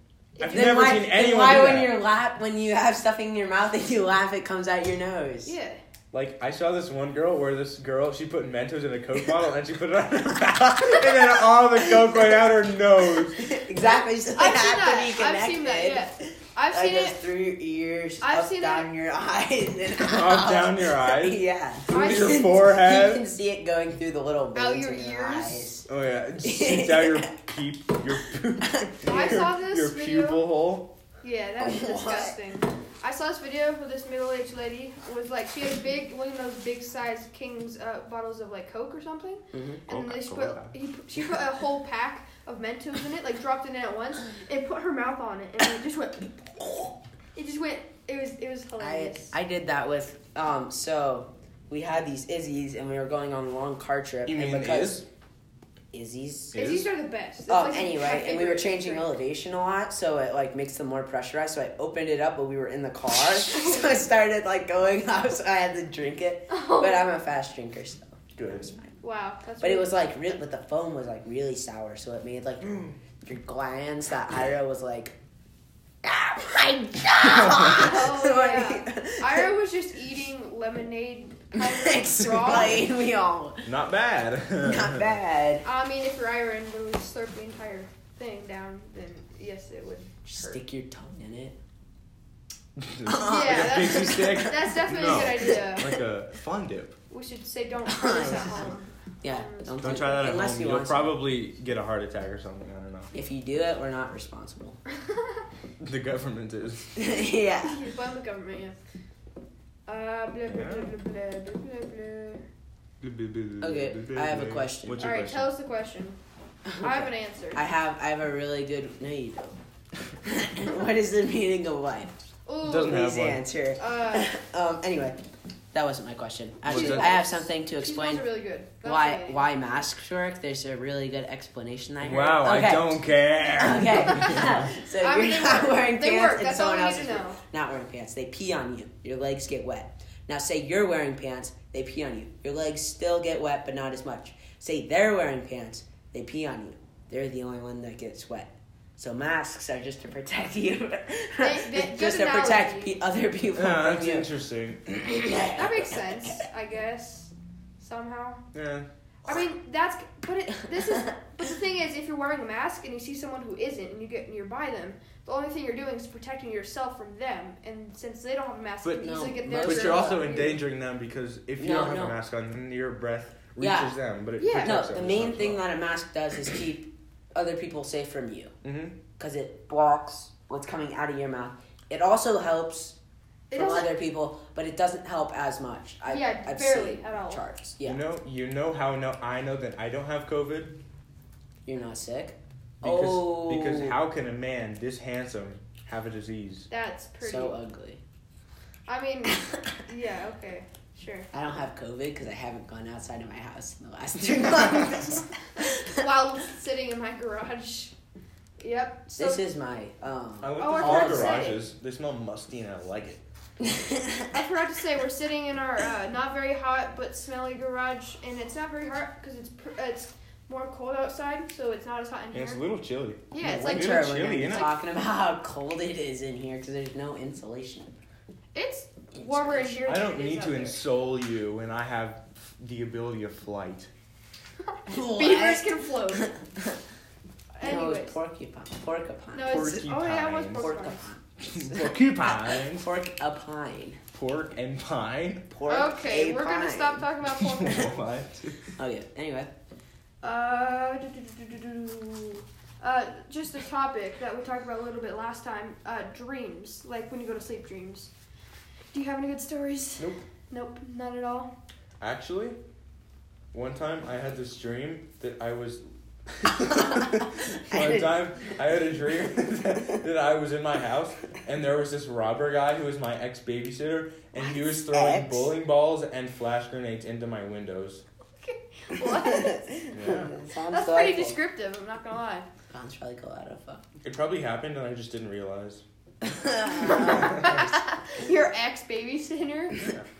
I've Then never why, seen then anyone why do when that. you laugh when you have stuff in your mouth and you laugh it comes out your nose? Yeah. Like I saw this one girl where this girl she put Mentos in a Coke bottle and she put it on her mouth and then all the Coke went out her nose. exactly. So they I've seen have that. to be connected. I've seen that. Yeah. I've That seen goes it. through your ears, I've up seen down your eyes, and Up, down your eyes? yeah, Through You your can- forehead? You can see it going through the little Out veins your in ears? eyes. Oh yeah, it just shoots out your peep, your I saw this your video. pupil hole. Yeah, that's What? disgusting. I saw this video of this middle-aged lady was like she had big one of those big sized King's uh, bottles of like Coke or something, Mhm. and they she put, Coca-Cola. he, put- she put a whole pack of Mentos in it, like dropped it in at once, and put her mouth on it, and it just went. It just went. It was it was I hilarious. I did that with um. So we had these Izzy's, and we were going on a long car trip. You and mean because is? Izzy's? And these are the best. That's, Oh, like, my anyway, and we favorite were changing drink. elevation a lot, so it like makes them more pressurized. So I opened it up, but we were in the car, so it started like going up. So I had to drink it, but I'm a fast drinker, so it Good. was fine. Wow, that's But it really- was like, real, but the foam was like really sour, so it made like Mm. your glands. That Ira was like, ah, my god! Oh, yeah. Ira was just eating lemonade kind of raw. Explain, we all Not bad. not bad. I mean, if you're Ira and would slurp the entire thing down, then yes, it would. Stick your tongue in it. like a that's- pixie stick. That's definitely No. a good idea. like a fun dip. We should say don't try this at home. Yeah, Don't try that at unless home. you You will want to. probably get a heart attack or something. I don't know. If you do it, we're not responsible. The government is. yeah. You blame the government, yeah. Uh, blah, blah, blah, blah, blah, blah, blah, blah. Okay, I have a question. What's All your right, question? tell us the question. I have an answer. I have I have a really good no you don't. what is the meaning of life? Ooh, Doesn't have Easy one. answer. uh, um anyway, that wasn't my question. Actually, that? I have something to she explain smells really good. That's why amazing. why masks work. There's a really good explanation I heard. Wow, I Okay. don't care. Okay. so I you're mean, they not work. wearing They pants work. and That's all someone we need else to is know. not wearing pants. They pee on you. Your legs get wet. Now say you're wearing pants, they pee on you. Your legs still get wet, but not as much. Say they're wearing pants, they pee on you. They're the only one that gets wet. So masks are just to protect you, they- just to good protect analogy. pe- other people Yeah, from that's you. interesting. That makes sense, I guess. Somehow. Yeah. I mean, that's but it, this is but the thing is, if you're wearing a mask and you see someone who isn't, and you get nearby them, the only thing you're doing is protecting yourself from them. And since they don't have a mask, But you can no, easily get but their But Sure. you're also germs on you. endangering them because if you No, don't have no. a mask on, then your breath reaches Yeah. them. But it No, Yeah. protects the them main thing that a mask does is keep other people safe from you hmm because it blocks what's coming out of your mouth. It also helps It from doesn't. other people, but it doesn't help as much. I, Yeah, I've barely seen at all. charts. Yeah, You know, you know how no, I know that I don't have COVID you're not sick. because oh, because how can a man this handsome have a disease? That's pretty. so uh, ugly. I mean, yeah, okay, sure. I don't have COVID because I haven't gone outside of my house in the last three months. While sitting in my garage. Yep. So this is my um. I looked Oh, at all I forgot to say. garages. They smell musty and I like it. I forgot to say we're sitting in our uh, not very hot but smelly garage, and it's not very hot because it's pr- it's more cold outside, so it's not as hot in And here. it's a little chilly. yeah, it's winter, like It's we're chilly, gonna be isn't it? talking about how cold it is in here because there's no insulation. it's warmer in here. I than don't it is need out to there. insole you when I have the ability of flight. Beavers can float. No, Anyways. it's porcupine. Porcupine. No, it's oh yeah, I was Porcupines. Porcupine, porcupine. Porcupine. pork and pine. Pork Okay, a we're gonna pine. stop talking about porcupine. what? Oh yeah. Anyway, Uh, do, do, do, do, do, do. uh, just a topic that we talked about a little bit last time. Uh, dreams, like when you go to sleep, dreams. Do you have any good stories? Nope. Nope, not at all. Actually, one time I had this dream that I was One time, I had a dream that I was in my house, and there was this robber guy who was my ex babysitter, and he was throwing Ex? bowling balls and flash grenades into my windows. What? Yeah. Sounds That's pretty delightful. descriptive. I'm not gonna lie. Sounds really cool. I don't fuck. It probably happened, and I just didn't realize. Your ex babysitter.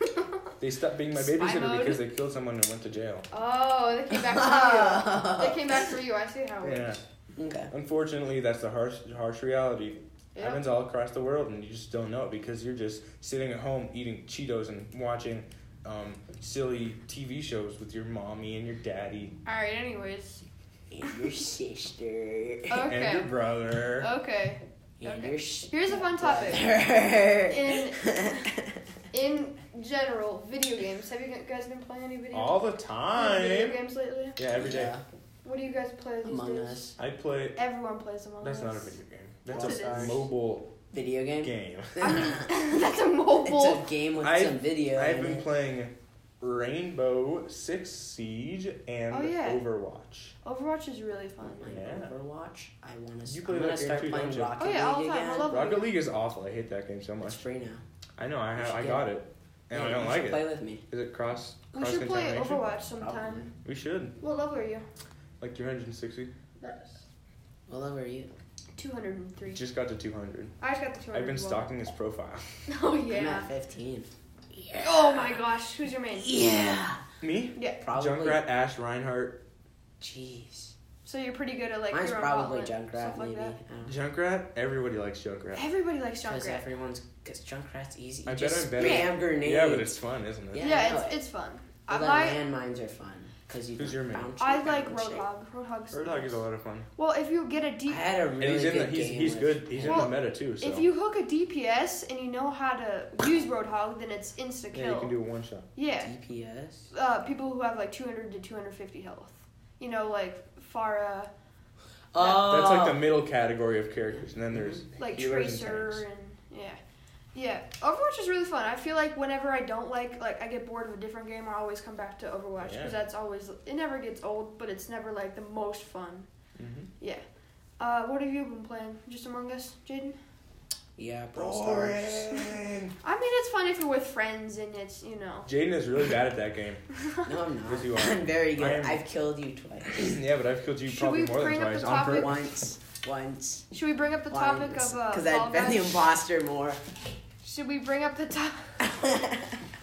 They stopped being my Spy babysitter mode. because they killed someone and went to jail. Oh, they came back for you. They came back for you. I see how. it Yeah. works. okay. Unfortunately, that's the harsh, harsh reality. Yeah. Happens all across the world, and you just don't know it because you're just sitting at home eating Cheetos and watching um, silly TV shows with your mommy and your daddy All right. Anyways. And your sister. and your Oh, Okay. brother. Okay. And okay. your sh- Here's a fun topic. In- In general, video games. Have you guys been playing any video, All the any video time. games lately? Yeah, every day. Yeah, What do you guys play these Among days? Us. I play. Everyone plays Among That's Us. not a video game. That's Yes, it a is. mobile Video game? game. I mean, that's a mobile. It's a game with I've- some video. I've in been it. playing Rainbow Six Siege and Oh, yeah. Overwatch. Overwatch is really fun. Like Yeah. Oh, Overwatch. I want to. You I'm play gonna that game start too, playing don't you? Rocket Oh, yeah, all the League time. I again. love Rocket League is awful. I hate that game so It's much. free now. I know. I You ha- should I get got it, and I You don't like should Play it. with me. Is it cross We cross should play contamination? Overwatch sometime. We should. What level are you? Like 260. Well, over you. 203. Just got to 200. I just got the 200. I've been one. stalking his profile. Oh, I'm yeah. at 15. Oh, my gosh. Who's your main? Yeah. Me? Probably. Junkrat, Ash, Reinhardt. Jeez. So you're pretty good at, like, Mine's your own probably gauntlet, Junkrat, stuff like maybe. that. Junkrat. Everybody likes Junkrat. Everybody likes Because Junkrat. everyone's. Because Junkrat's easy. You I bet just I'm better- spam grenades. Yeah, but it's fun, isn't it? Yeah, Yeah, I know it's, it. it's fun. I, But my, then landmines are fun. Because you Who's can your main? bounce I around like and shit. Roadhog. Roadhog's Roadhog is a lot of fun. Well, if you get a I D. had a And really he's in the, good he's, game. he's with- good. He's Well, in the meta too. So If you hook a DPS and you know how to use Roadhog, then it's insta yeah, you can kill. do a one shot. Yeah. DPS. Uh, people who have like 200 to 250 health. You know, like Farah, Oh. That's like the middle category of characters, and then there's Mhm. like healers and tanks. Tracer, and yeah, yeah. Overwatch is really fun. I feel like whenever I don't like, like I get bored of a different game, I always come back to Overwatch because Yeah. that's always it never gets old, but it's never like the most fun. Mm-hmm. Yeah. Uh, what have you been playing? Just Among Us, Jaden? Yeah, Brawl Stars. Boring. I mean, it's fun if you're with friends and it's you know. Jaden is really bad at that game. No, I'm Yes, you not. are. I'm very I good. am- I've killed you twice. yeah, but I've killed you Should probably we more than bring up twice the on topic? purpose. once. Once. Should we bring up the topic of uh? Because Fall I've been the Guys? imposter more. Should we bring up the top?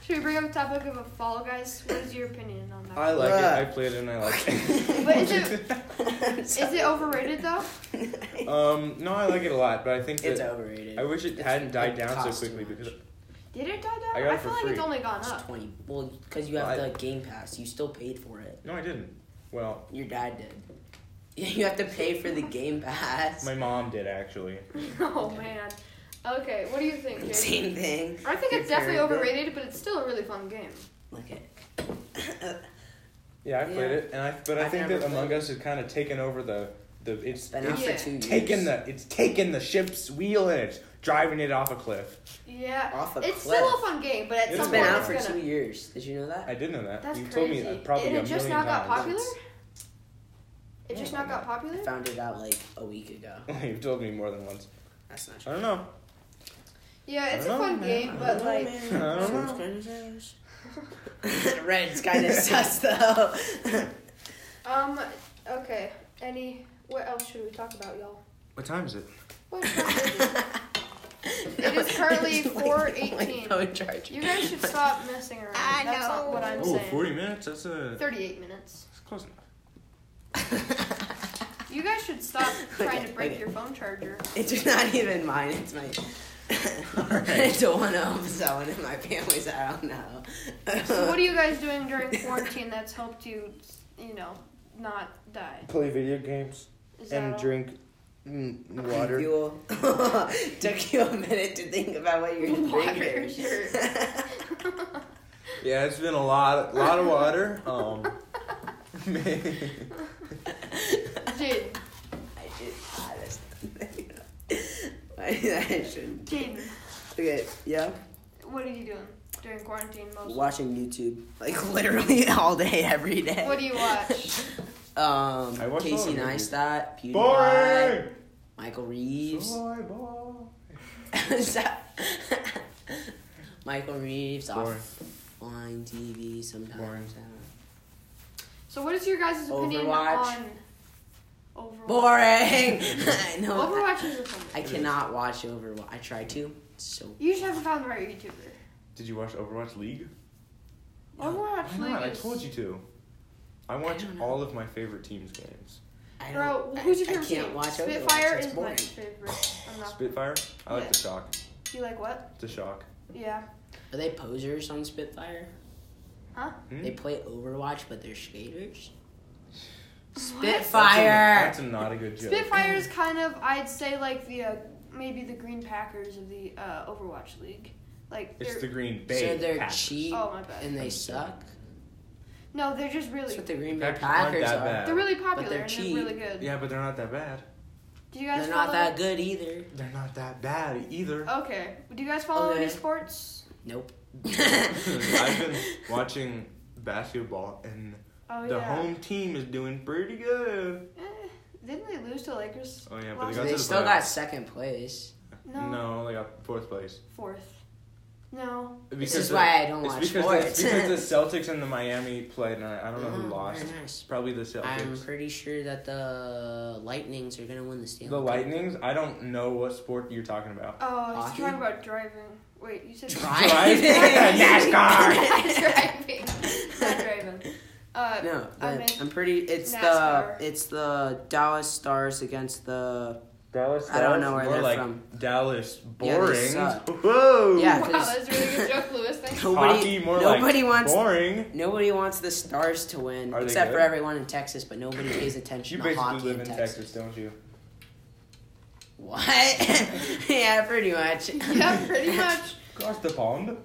Should we bring up the topic of a Fall Guys? What is your opinion on that? I like Yeah. it. I played it and I like it. but is it is it overrated though? um, no, I like it a lot, but I think It's that overrated. I wish it It's- hadn't died it down so costs too quickly much. because Did it die down? I got it feel for like it's free. only gone It's up. twenty. Well, because you have Well, I- the Game Pass, you still paid for it. no, I didn't. Well, Your dad did. You have to pay for the Game Pass. my mom did actually. Oh man. Okay, what do you think, Jake? Same thing. I think it's Your definitely parent did. overrated, but it's still a really fun game. Look at. Yeah, I played Yeah. it, and I but I I've think never that Among played. Us has kind of taken over the the it's Been out it's Yeah. for two years. taking the it's taking the ship's wheel and it's driving it off a cliff. Yeah. Off a it's cliff. still a fun game, but at It's some It's been point out it's for gonna. two years. Did you know that? I didn't know that. That's you told crazy. me that probably and a it just now million got times. popular. Yeah, It just now got I popular. found it out like a week ago. You've told me more than once. That's not I true. don't know. Yeah, it's I a don't know, fun man. game, I but like. I don't know. Red's kind of sus though. Um. Okay. Any? What else should we talk about, y'all? What time is it? What time is it? It is currently It's like 4:18. my phone charger. You guys should stop messing around. I That's not know. what I'm Oh, saying. 40 minutes. That's a 38 minutes. that's close enough. You guys should stop trying to break Okay. your phone charger. it's not even mine. It's my. it's a one of someone in my family's. I don't know. So what are you guys doing during quarantine that's helped you, you know, not die? Play video games Is that and all? drink mm, water. Fuel. Took you a minute to think about what you're Water, drinking. sure. Yeah, it's been a lot, lot of water. Um, I Jaden, I did. I just. I shouldn't. Jaden, Okay. Yeah. what are you doing during quarantine mostly? Watching YouTube like literally all day, every day. What do you watch? Um, I watched all Casey of them. Neistat, PewDiePie, Boring. Michael Reeves. Soy boy. So- Michael Reeves Boring. off on TV sometimes. So, what is your guys' opinion Overwatch. on Overwatch? Boring. no, Overwatch is a fun. I cannot watch Overwatch. I try to. it's So You just haven't found the right YouTuber. Did you watch Overwatch League? Why Overwatch League not? I is- told you to. I watch don't know. all of my favorite teams' games. I don't. Bro, I- who's your I favorite can't team? watch Overwatch. Spitfire It's is my boring. favorite. I'm not. Spitfire. I like Yeah. the shock. You like what? The shock. Yeah. Are they posers on Spitfire? Huh? Hmm? They play Overwatch, but they're skaters. That's a- Spitfire. That's, not a good joke. Spitfire is kind of, I'd say, like the uh, maybe the Green Packers of the uh, Overwatch League. Like It's they're the Green Bay. So they're Packers. cheap oh my bad. and they I'm suck. No, they're just really That's what the Green Bay Packers aren't Packers that are. bad. they're really popular they're and cheap. they're really good. Yeah, but they're not that bad. Do you guys They're not follow? Oh, that good either. They're not that bad Oh. either. Okay. Do you guys follow any Okay. sports? Nope. I've been watching basketball, and Oh the yeah. home team is doing pretty good. Eh, didn't they lose to Lakers? Oh yeah, but they Last- got to they the still got playoffs. second place. No. No, they got fourth place. Fourth. No. Because This is the- why I don't it's watch because the, sports. it's because the Celtics and the Miami played, and I, I don't know who Mhm, lost. very nice. Probably the Celtics. I'm pretty sure that the Lightnings are gonna win the Stanley. the Cup. Lightnings. I don't know what sport you're talking about. Oh, he's Hockey? talking about driving. Wait, you said Drive. NASCAR. driving. Not driving. Uh, No, I'm but in I'm pretty. It's NASCAR. the it's the Dallas Stars against the Dallas. I don't know Stars? where More they're like from. Dallas Yeah, they boring. suck. Whoa. Yeah, Wow, 'cause- that's a really good joke, Lewis. Thanks. Nobody, Hockey, more nobody like wants boring. nobody wants the Stars to win, Are they except for good? everyone in Texas. But nobody pays You attention to basically hockey live in in Texas. don't you? What? yeah, pretty much. Yeah, pretty much. Across the pond.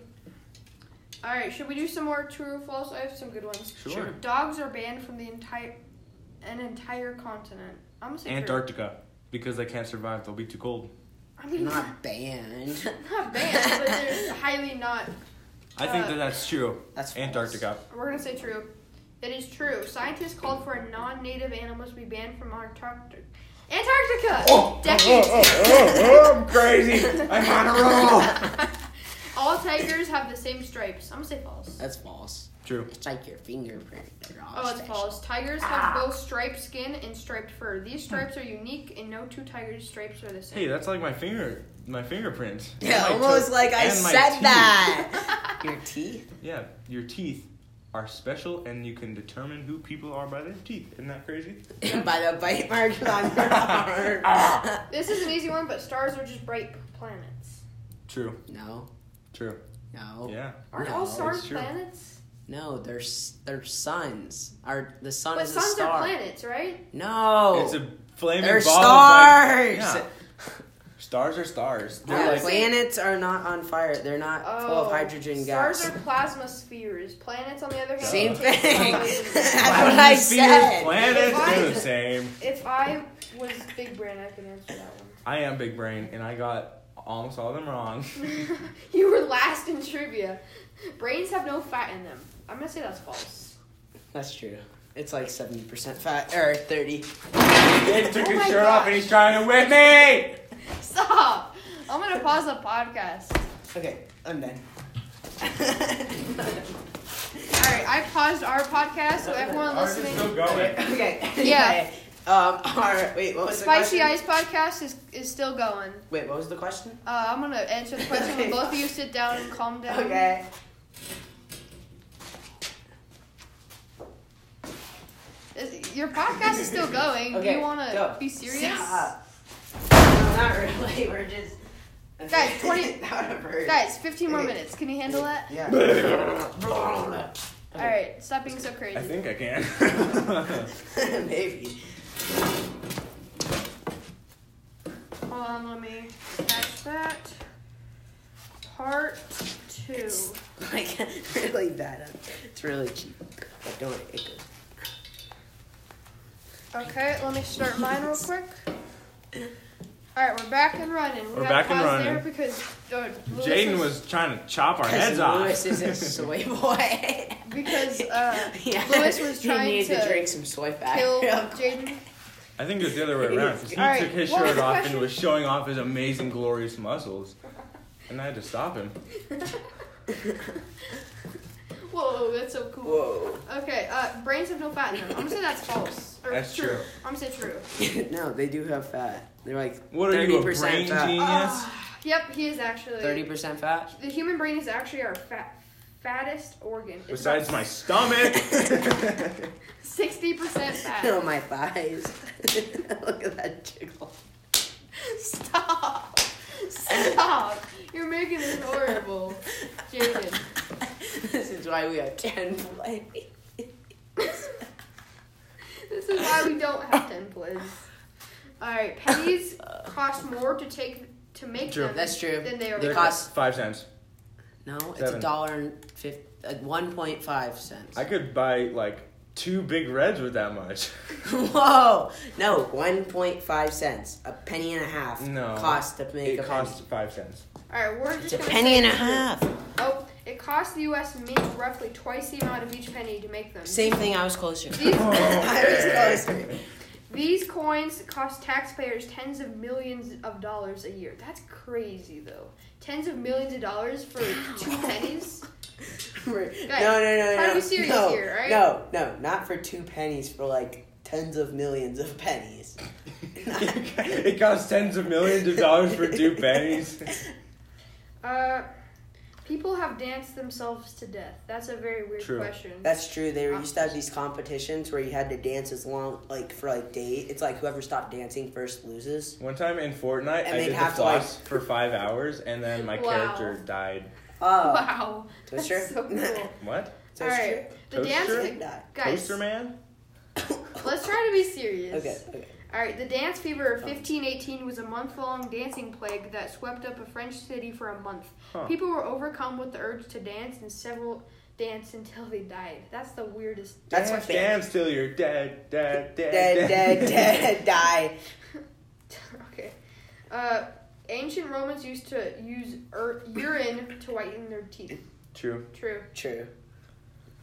All right, should we do some more true or false? I have some good ones. Sure. Dogs are banned from the entire an entire continent. I'm gonna say true. Antarctica, because they can't survive. They'll be too cold. I mean, not, Not banned. not banned, but they're highly not. I Uh, think that that's true. That's false. Antarctica. We're gonna say true. It is true. Scientists called for non-native animals to be banned from Antarctica. Oh, Antarctica. Decades. I'm crazy. I'm on a roll. All tigers have the same stripes. I'm gonna say false. That's false. True. It's like your fingerprint. They're all Oh, it's special. false. Tigers Ah. have both striped skin and striped fur. These stripes are unique, and no two tigers' stripes are the same. Hey, that's like my finger, my fingerprint. Yeah, And my almost toe- like I and my said teeth. that. your teeth? Yeah, your teeth are special, and you can determine who people are by their teeth. Isn't that crazy? By the bite marks on your Ah. arm. This is an easy one, but stars are just bright planets. True. no, True. no, Yeah. Aren't No, all it's stars true. planets? no. They're s- they're suns. Are the sun but is a suns star? are planets, right? No, It's a flaming Oh. they're ball. of stars. light. Yeah. Stars are stars. Yeah, They're like planets are not on fire. They're not full of hydrogen Oh, stars gas. are plasma spheres. Planets, on the other hand, Same take thing. colors. That's what I said. Planets Why? do the same. if I was Big Brain, I could answer that one. I am big brain, and I got almost all of them wrong. you were last in trivia. Brains have no fat in them. I'm gonna say that's false. That's true. It's like seventy percent fat or thirty. Dave took Oh his my shirt off, and gosh. he's trying to whip me. Stop! I'm gonna pause the podcast. Okay, I'm done. All right, I paused our podcast, so everyone listening, going. okay. Yeah. Um. Our, wait. What was the Spicy question? Ice podcast is is still going. Wait. What was the question? Uh, I'm gonna answer the question when both of you sit down and calm down. Okay. Is- Your podcast is still going. Okay, Do you wanna go. be serious? Stop. No, not really. We're just. Guys, 20 That would've hurt. Guys, 15 more Okay. minutes. Can you handle that? Yeah. All right, stop being so I crazy. think I can. Maybe. Hold on, let me catch that. Part two. Like really bad. It's really cheap. But don't worry, it goes. Okay, let me start mine real quick. All right, we're back and running. We We're gotta back and pause running. there because uh, Lewis Jaden was trying to chop our heads Because off. Lewis is a soy boy. because uh, yeah. Lewis was trying he needed to to drink some soy fat. kill real quick. Jaden. I think it was the other way around. 'cause he All right, took his what was shirt the off question? and was showing off his amazing, glorious muscles, and I had to stop him. Whoa, that's so cool. Whoa. Okay, uh, brains have no fat in them. I'm gonna say that's false. Or That's true. I'm gonna say true. no, they do have fat. They're like What are you, a 30% brain fat. genius? Ah, yep, he is actually. thirty percent fat. The human brain is actually our fat, fattest organ. It's Besides my stomach. sixty percent fat. Oh my thighs. Look at that jiggle. Stop! Stop! You're making this horrible, Jaden. This is why we have ten play. This is why we don't have ten plays. All right, pennies cost more to take to make True. them That's true. than they are. They worth. cost- five cents. No, it's a Seven. dollar and fifty. Uh, One point five cents. I could buy like two big reds with that much. Whoa! No, one point five cents. A penny and a half. No. Cost to make a it costs five cents. All right, we're penny. It's just a gonna penny say and a it's true. half. Oh, it costs the U.S. Mint roughly twice the amount of each penny to make them. Same thing. I was closer. These, I was closer. these coins cost taxpayers tens of millions of dollars a year. That's crazy, though. Tens of millions of dollars for two pennies? We're- Guys, no, no, no, try no. to be serious no, here, right? No, no, not for two pennies. For like tens of millions of pennies. it costs tens of millions of dollars for two pennies. Uh, people have danced themselves to death. That's a very weird True. question. That's true. They used to have these competitions where you had to dance as long, like for like day. It's like whoever stopped dancing first loses. One time in Fortnite, And I they'd did the have to, like- floss for five hours, and then my Wow. character died. Oh, wow. that's That's true. so cool. What? So All it's right. The Toaster? true. dance. Die. Guys, Toaster man? let's try to be serious. Okay. Oh. Okay. All right, the dance fever of 1518 was a month-long dancing plague that swept up a French city for a month. Huh. People were overcome with the urge to dance, and several danced until they died. That's the weirdest. That's my dance, favorite. dance till you're dead, dead, dead, Dead, dead, dead, die. okay. Uh, ancient Romans used to use ur- urine to whiten their teeth. True. True. True.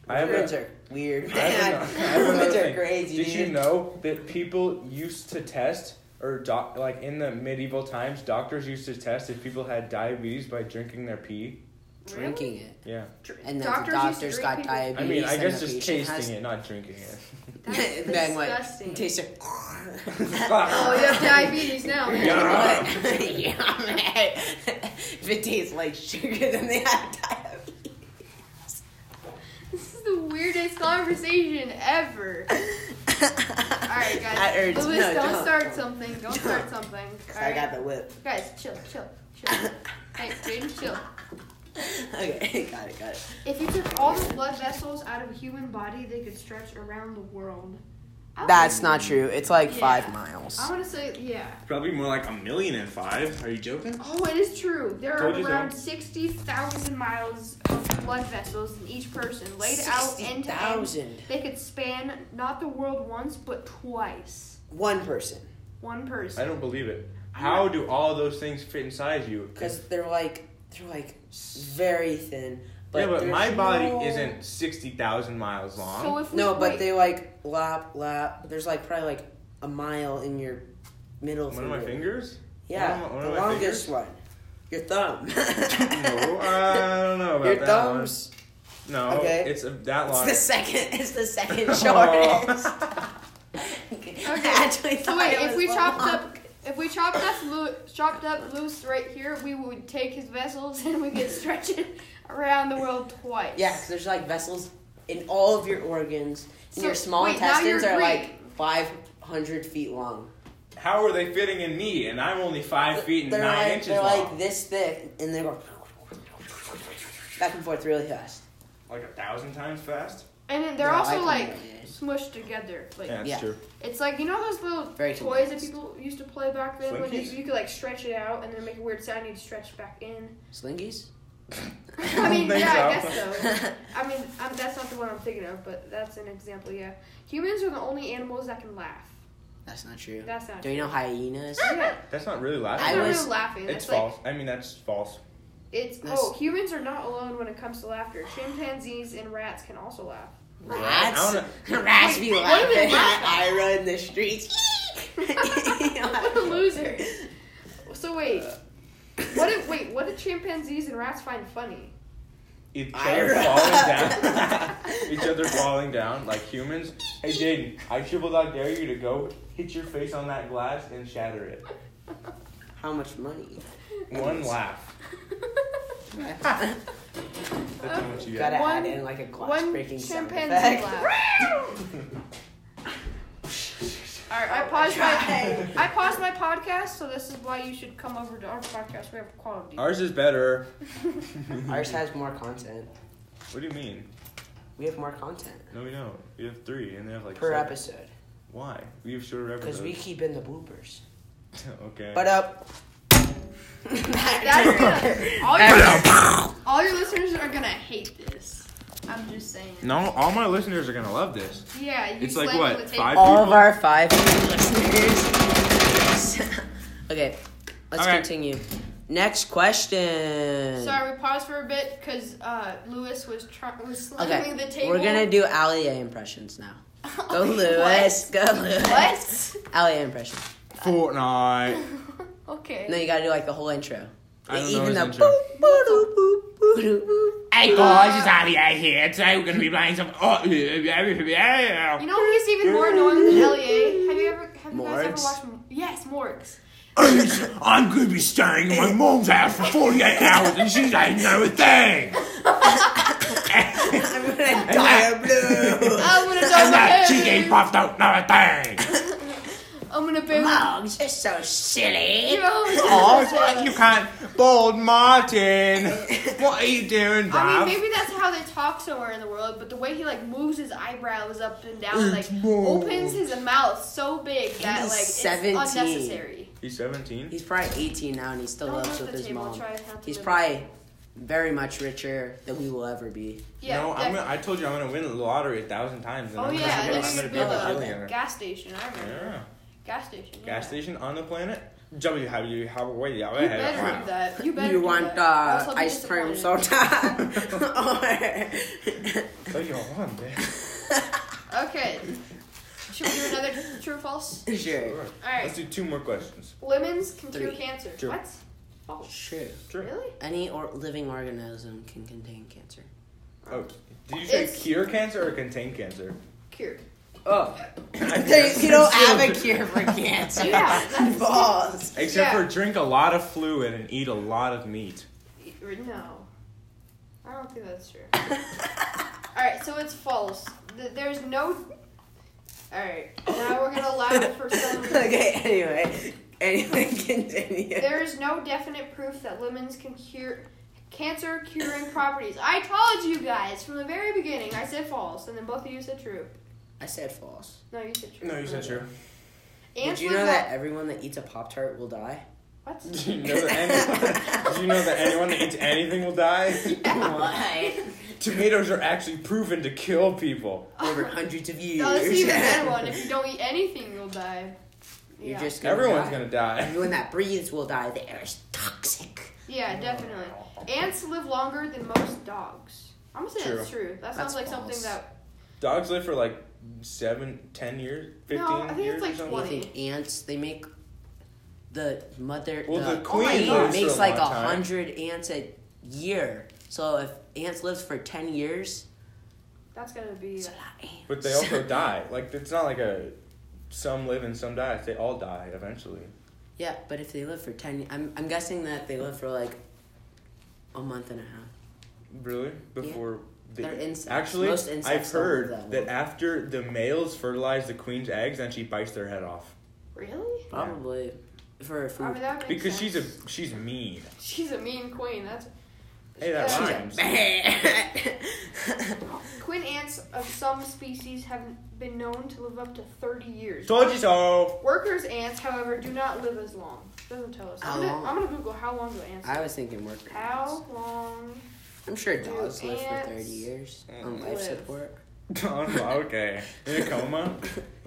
I have Humans a, are weird, I have man. ano- I have Humans another are thing. crazy. Did dude. you know that people used to test, or doc, like in the medieval times, doctors used to test if people had diabetes by drinking their pee? drinking it? Yeah. Really? And then Doctors the used doctors to drink got people- diabetes. I mean, I and guess the just patient has- tasting it, not drinking it. That's Then what? disgusting. Taste it. Oh, you have diabetes now. man. Yeah. What? yeah, man. if it tastes like sugar, then they have diabetes. This is the weirdest conversation ever. All right, guys. That hurts. Louis, No, don't, don't. start something. Don't start something. All I right. got the whip. Guys, chill, chill, chill. hey, Jaden, chill. Okay, got it, got it. If you took all the blood vessels out of a human body, they could stretch around the world. I That's would- not true. It's like Yeah. five miles. I want to say, yeah. Probably more like a million and five. Are you joking? Oh, it is true. There are Told you so. around 60,000 miles of blood vessels in each person, laid out end to end. 60,000. They could span not the world once, but twice. One person. One I person. don't believe it. How do all those things fit inside you? Because they're like, they're like very thin. But yeah, but there's my body no- isn't sixty thousand miles long. So if we No, but wait- they like lap, lap. There's like probably like a mile in your middle one finger. of my fingers? Yeah, One of my- one the of my longest one. Your thumb. No, I don't know about Your that thumbs. one. No, Okay. it's uh, that It's long. the second. It's the second Oh. shortest. I actually So thought wait, it if was we long. chopped up, if we chopped up, Lu- chopped up loose right here, we would take his vessels and we could stretch it around the world twice. Yeah, 'cause there's like vessels in all of your organs. And So, your small wait, now you're intestines are like agreeing. 500 feet long. How are they fitting in me? And I'm only five feet and they're nine like, inches They're long. like this thick, and they go back and forth really fast. Like a thousand times fast. And then they're No, I also can like imagine. smushed together. Like Yeah, that's Yeah. true. it's like you know those little Very toys that condensed. people used to play back then when you, Slinkies? you could like stretch it out and then make a weird sound. You'd stretch back in. Slingies? I mean, think yeah, I so. guess so. I mean, um, that's not the one I'm thinking of, but that's an example. Yeah, humans are the only animals that can laugh. That's not true. That's not. Do you know hyenas? Yeah, That's not really I laughing. they're was- laughing. It's That's like- false. I mean, that's false. It's oh, humans are not alone when it comes to laughter. Chimpanzees and rats can also laugh. Rats? I Rats be What laughing if it at Ira in the streets. what a loser. So wait, what if wait, what did chimpanzees and rats find funny? Each other Ira. falling down. Each other falling down like humans. Hey Jaden, I triple dog dare you to go hit your face on that glass and shatter it. How much money? One laugh. That's how much Gotta you get. add One- in like a glass One breaking sound chimpanzee effect. laughed. All right, I paused my I paused my podcast, so this is why you should come over to our podcast. We have quality. Ours is better. Ours has more content. What do you mean? We have more content No, we don't. We have three, and they have like per seven. episode Why? We have shorter episodes. because we keep in the bloopers. okay. But uh, up. That's gonna, all, your, all your listeners are gonna hate this. I'm just saying. no, all my listeners are gonna love this. Yeah, you It's like slam what, the tape. five? All of our five listeners. okay, let's All right. continue. Next question. Sorry, we paused for a bit because uh, Lewis was try- was slamming Okay, the table. we're gonna do Allie impressions now. Go Lewis. Go Lewis. What? Allie impression. Fortnite. okay. No, you gotta do like the whole intro. I don't know Even his the intro. boop, boop, boop, boop, boop, boop. Hey boys, it's Ali out here. Today we're gonna be playing some. Oh, You know who's even more annoying than LEA? Have you ever have you guys Morgs? ever watched? Yes, Morgs. I'm gonna be staying in my mom's house for 48 hours and she's ain't know a thing. I'm gonna die of blue. I'm gonna And that die cheeky puff don't know a thing. I'm gonna bury. Mugs, you're so silly. You're always- Oh, you can't. Bold Martin. What are you doing, Bob? I mean, maybe that's how they talk somewhere in the world, but the way he like moves his eyebrows up and down, like opens his mouth so big that He's like it's 17. unnecessary. He's 17? He's probably 18 now and he still Don't lives with let the his table mom. try and help He's you. probably very much richer than we will ever be. Yeah, no, I'm that gonna, I told you I'm gonna win the lottery a thousand times. And Oh I'm yeah, gonna, and I'm then gonna you be build a a billionaire. gas station. I remember Yeah. gas station. yeah. Gas station on the planet? W how you how way you You better do that. You better. you do want that. the Or else I'll be ice cream disappointed. soda? So you want that? Okay. Should we do another true or false? Or sure, All right. Let's do two more questions. Lemons can cure Three. cancer. True. What? False. sure. Really? Any or living organism can contain cancer. Oh, did you say It's- cure cancer or contain cancer? Cure. Oh, I you don't have a cure for cancer. Yeah, that's- balls. Except Yeah. for drink a lot of fluid and eat a lot of meat. Or No. I don't think that's true. All right, so it's false. Th- There's no. All right. Now we're gonna laugh for some. okay. Anyway, anyway, continue. There is no definite proof that lemons can cure cancer curing properties. I told you guys from the very beginning. I said false, and then both of you said true. I said false. No, you said true. you said true. Ants Did you live know that on- everyone that eats a pop tart will die? What? Did you know that anyone, did you know that anyone that eats anything will die? Why? Tomatoes are actually proven to kill people. Over hundreds of years. No, this is even better one. If you don't eat anything, you'll die. You're Yeah. just gonna Everyone's die. gonna die. Everyone that breathes will die. The air is toxic. Yeah, definitely. Ants live longer than most dogs. I'm gonna say that's true. That That's sounds like false. something that Dogs live for like seven, ten years, fifteen No, I think it's years like or something. You 20. think ants? They make the mother. Well, the queen lives makes for a like long time. hundred ants a year. So if ants lives for ten years, that's gonna be. it's a lot of ants. But they also die. Like it's not like a some live and some die. They all die eventually. yeah, but if they live for ten, I'm I'm guessing that they live for like a month and a half. Really? Before they They're insects. Actually, Most insects I've don't heard live that, that long. after the males fertilize the queen's eggs, then she bites their head off Really? Probably for food. I mean, that makes because she's a sense. she's mean. she's a mean queen. That's Hey, that Yeah. rhymes. Queen ants of some species have been known to live up to 30 years. Told you so. Workers ants, however, do not live as long. Doesn't tell us. How I'm, gonna, long? I'm gonna Google how long do ants. I was thinking worker ants. How long? I'm sure Do dogs live for ants 30 years on life live? support. Oh, okay. In a coma.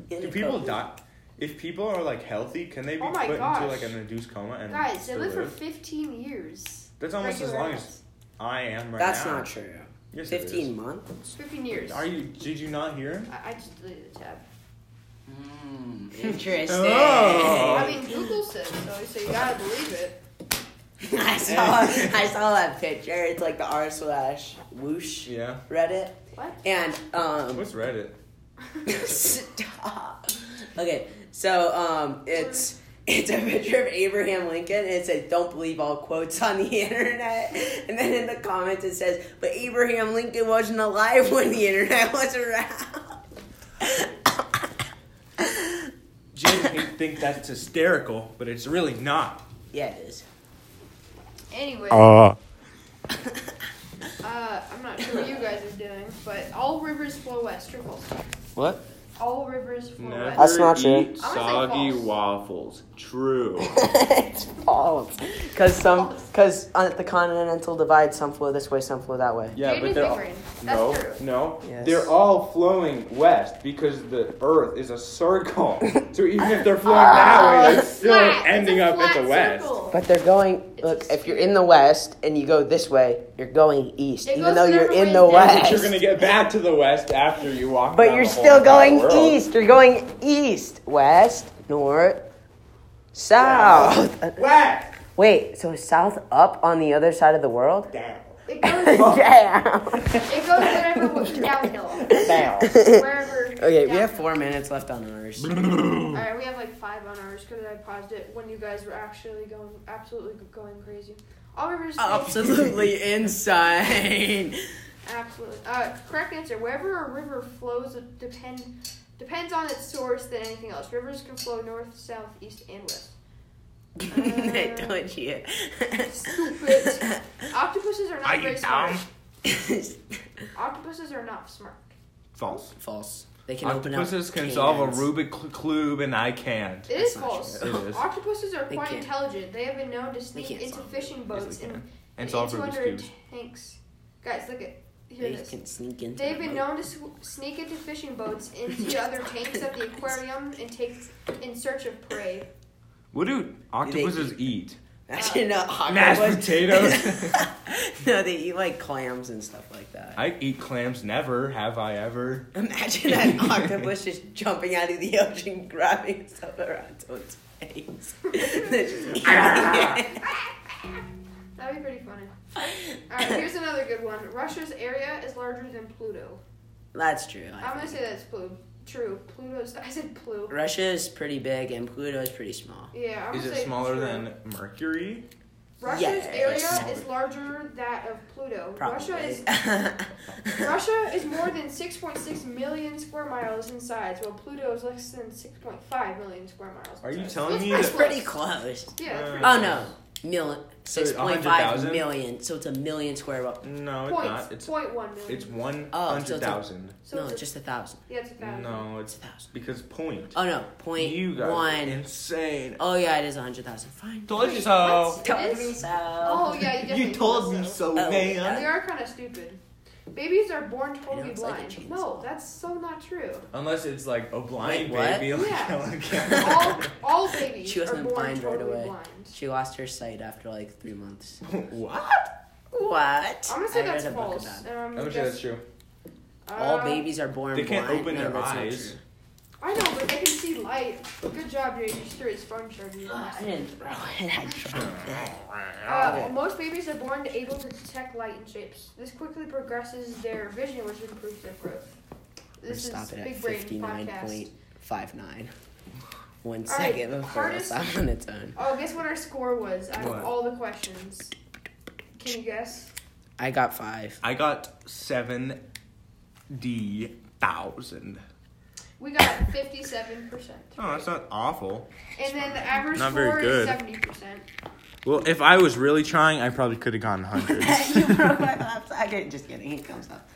In Do a people coma. die? If people are like healthy, can they be Oh my put gosh. into like an induced coma and Guys, they still live for 15 years. That's almost as Regular long hours. as I am right That's now. not true. Yes, it is. Fifteen months. Fifteen years. Are you? Did you not hear? I, I just deleted the tab. interesting. Hmm. Uh, Oh. I mean, Google says so, so you gotta believe it. I saw I saw that picture. It's like the r slash whoosh Yeah. Reddit. What? And um, What's Reddit? stop. Okay, so um, it's it's a picture of Abraham Lincoln, and it says, "Don't believe all quotes on the internet." And then in the comments it says, "But Abraham Lincoln wasn't alive when the internet was around." Jim may think that's hysterical, but it's really not. Yeah, it is. Anyway, uh, Uh, I'm not sure what you guys are doing, but all rivers flow west. True false. What? All rivers flow Never west. That's not true. eat I'm gonna say soggy false. waffles. True. it's false. Cause some, cause on the continental divide, some flow this way, some flow that way. yeah, Jaden is but they're all, ignorant. That's no, true. no. Yes. They're all flowing west because the Earth is a circle. so even if they're flowing that way, they're still flat. It's a ending up at the flat west. circle. But they're going. It's Look, a if you're in the west and you go this way, you're going east, It even goes though the you're other in way the But down. west. you're gonna get back to the west after you walk. But around you're the whole still entire going world. east. You're going east, west, north, south. West. Wait, so is south up on the other side of the world? Down. It goes. Damn. it goes whatever way downhill. Down. Wherever. Okay, we downhill. have four minutes left on ours. All right, we have like five on ours because I paused it when you guys were actually going absolutely going crazy. All rivers. Uh, Absolutely insane. Absolutely. Uh, correct answer. Wherever a river flows it depend depends on its source than anything else. Rivers can flow north, south, east, and west. I told you. Stupid. Octopuses are not you very smart. dumb? Octopuses are not smart. False. False. They can open up. Octopuses can solve a cans. Rubik's cube, and I can't. It is false. true. It is. Octopuses are They quite can't. intelligent. They have been known to sneak can't into solve fishing they boats and, can. and And solve into Rubik's under cubes. tanks. Guys, look at hear They this. can sneak into. They've the been boat. known to sw- sneak into fishing boats, into other tanks at the aquarium, and take in search of prey. What do octopuses eat? Actually, no. Mashed octopus- potatoes. no, they eat like clams and stuff like that. I eat clams. Never have I ever. Imagine that octopus just jumping out of the ocean, grabbing stuff around its face. They're just eating it. That'd be pretty funny. All right, here's another good one. Russia's area is larger than Pluto. That's true. I I'm gonna think. say that's plu- true. Pluto's. I said Plu. Russia is pretty big and Pluto is pretty small. Yeah. I'm Is gonna it say smaller true. than Mercury? Russia's Yeah, it's area smaller. is larger that of Pluto. Probably. Russia is Russia is more than 6.6 million square miles in size, while Pluto is less than 6.5 million square miles. in Are you uh, size. telling me That's that? pretty close. Yeah. That's pretty Oh no, million. Six point five 100,000? million. So it's a million square. Up. No, it's Points. not. It's point one million. it's one Oh, so hundred it's a- thousand. so No, it's a- it's just a thousand. yeah, it's a thousand. No, It's it's a thousand. because point. Oh no, point you guys one. are insane. Oh yeah, it is a hundred thousand. Fine. Told Wait, you so. what? Told It me is? so. Oh yeah, you definitely You told thought me so. so, Oh, man. They are kind of stupid. Babies are born I know, totally it's like a blind. no, that's so not true. Unless it's like a blind Wait, what? baby, like Yeah. Ellen Keller. All all babies She are wasn't born blind right totally away. blind. She lost her sight after like three months. what? What? I'm gonna say I that's read a book false. about it. and I'm I'm gonna gonna say guess- that's true. All Uh, babies are born They can't blind. open No, their that's not eyes. true. I know, but they can see light. Good job, Jay. You threw his phone charger. I didn't throw it. I dropped it. Uh, most babies are born able to detect light and shapes. This quickly progresses their vision, which improves their growth. This Stop is it at Big Brain fifty-nine Podcast. point five nine. One All right, second before hardest- it's on its own. Oh, guess what our score was out What? of all the questions? Can you guess? I got five. I got seven D thousand. We got fifty-seven percent, Oh, that's not awful. and then the average Not very score is good. seventy percent. Well, if I was really trying, I probably could have gotten hundred. you broke my laptop. I get just kidding. It comes up.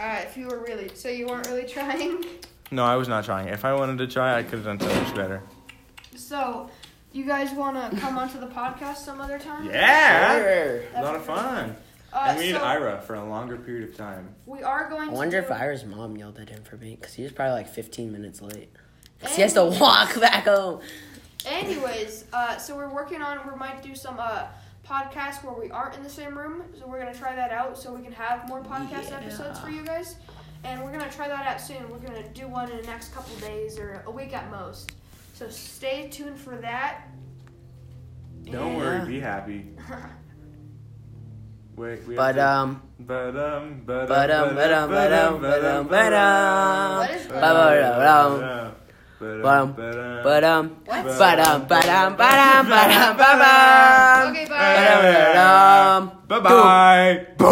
Uh, if you were really, so you weren't really trying. no, I was not trying. If I wanted to try, I could have done so much better. So, you guys want to come onto the podcast some other time? Yeah, Sure. a lot of fun. Uh, I mean, so Ira for a longer period of time. We are going. I wonder to if do- Ira's mom yelled at him for being, because he was probably like 15 minutes late. 'Cause he has to walk back home. Anyways, uh, so we're working on. We might do some uh, podcast where we aren't in the same room. So we're gonna try that out so we can have more podcast episodes for you guys. And we're gonna try that out soon. We're gonna do one in the next couple days or a week at most. So stay tuned for that. Don't And- worry, be happy. Wait, we But have um, to, but um, but but um, but um, but um, but um, but um, What is ba-ba-da-dum. Ba-dum, but um, but um, but um, but um, but um, but um, Okay, bye. but um. Bye bye.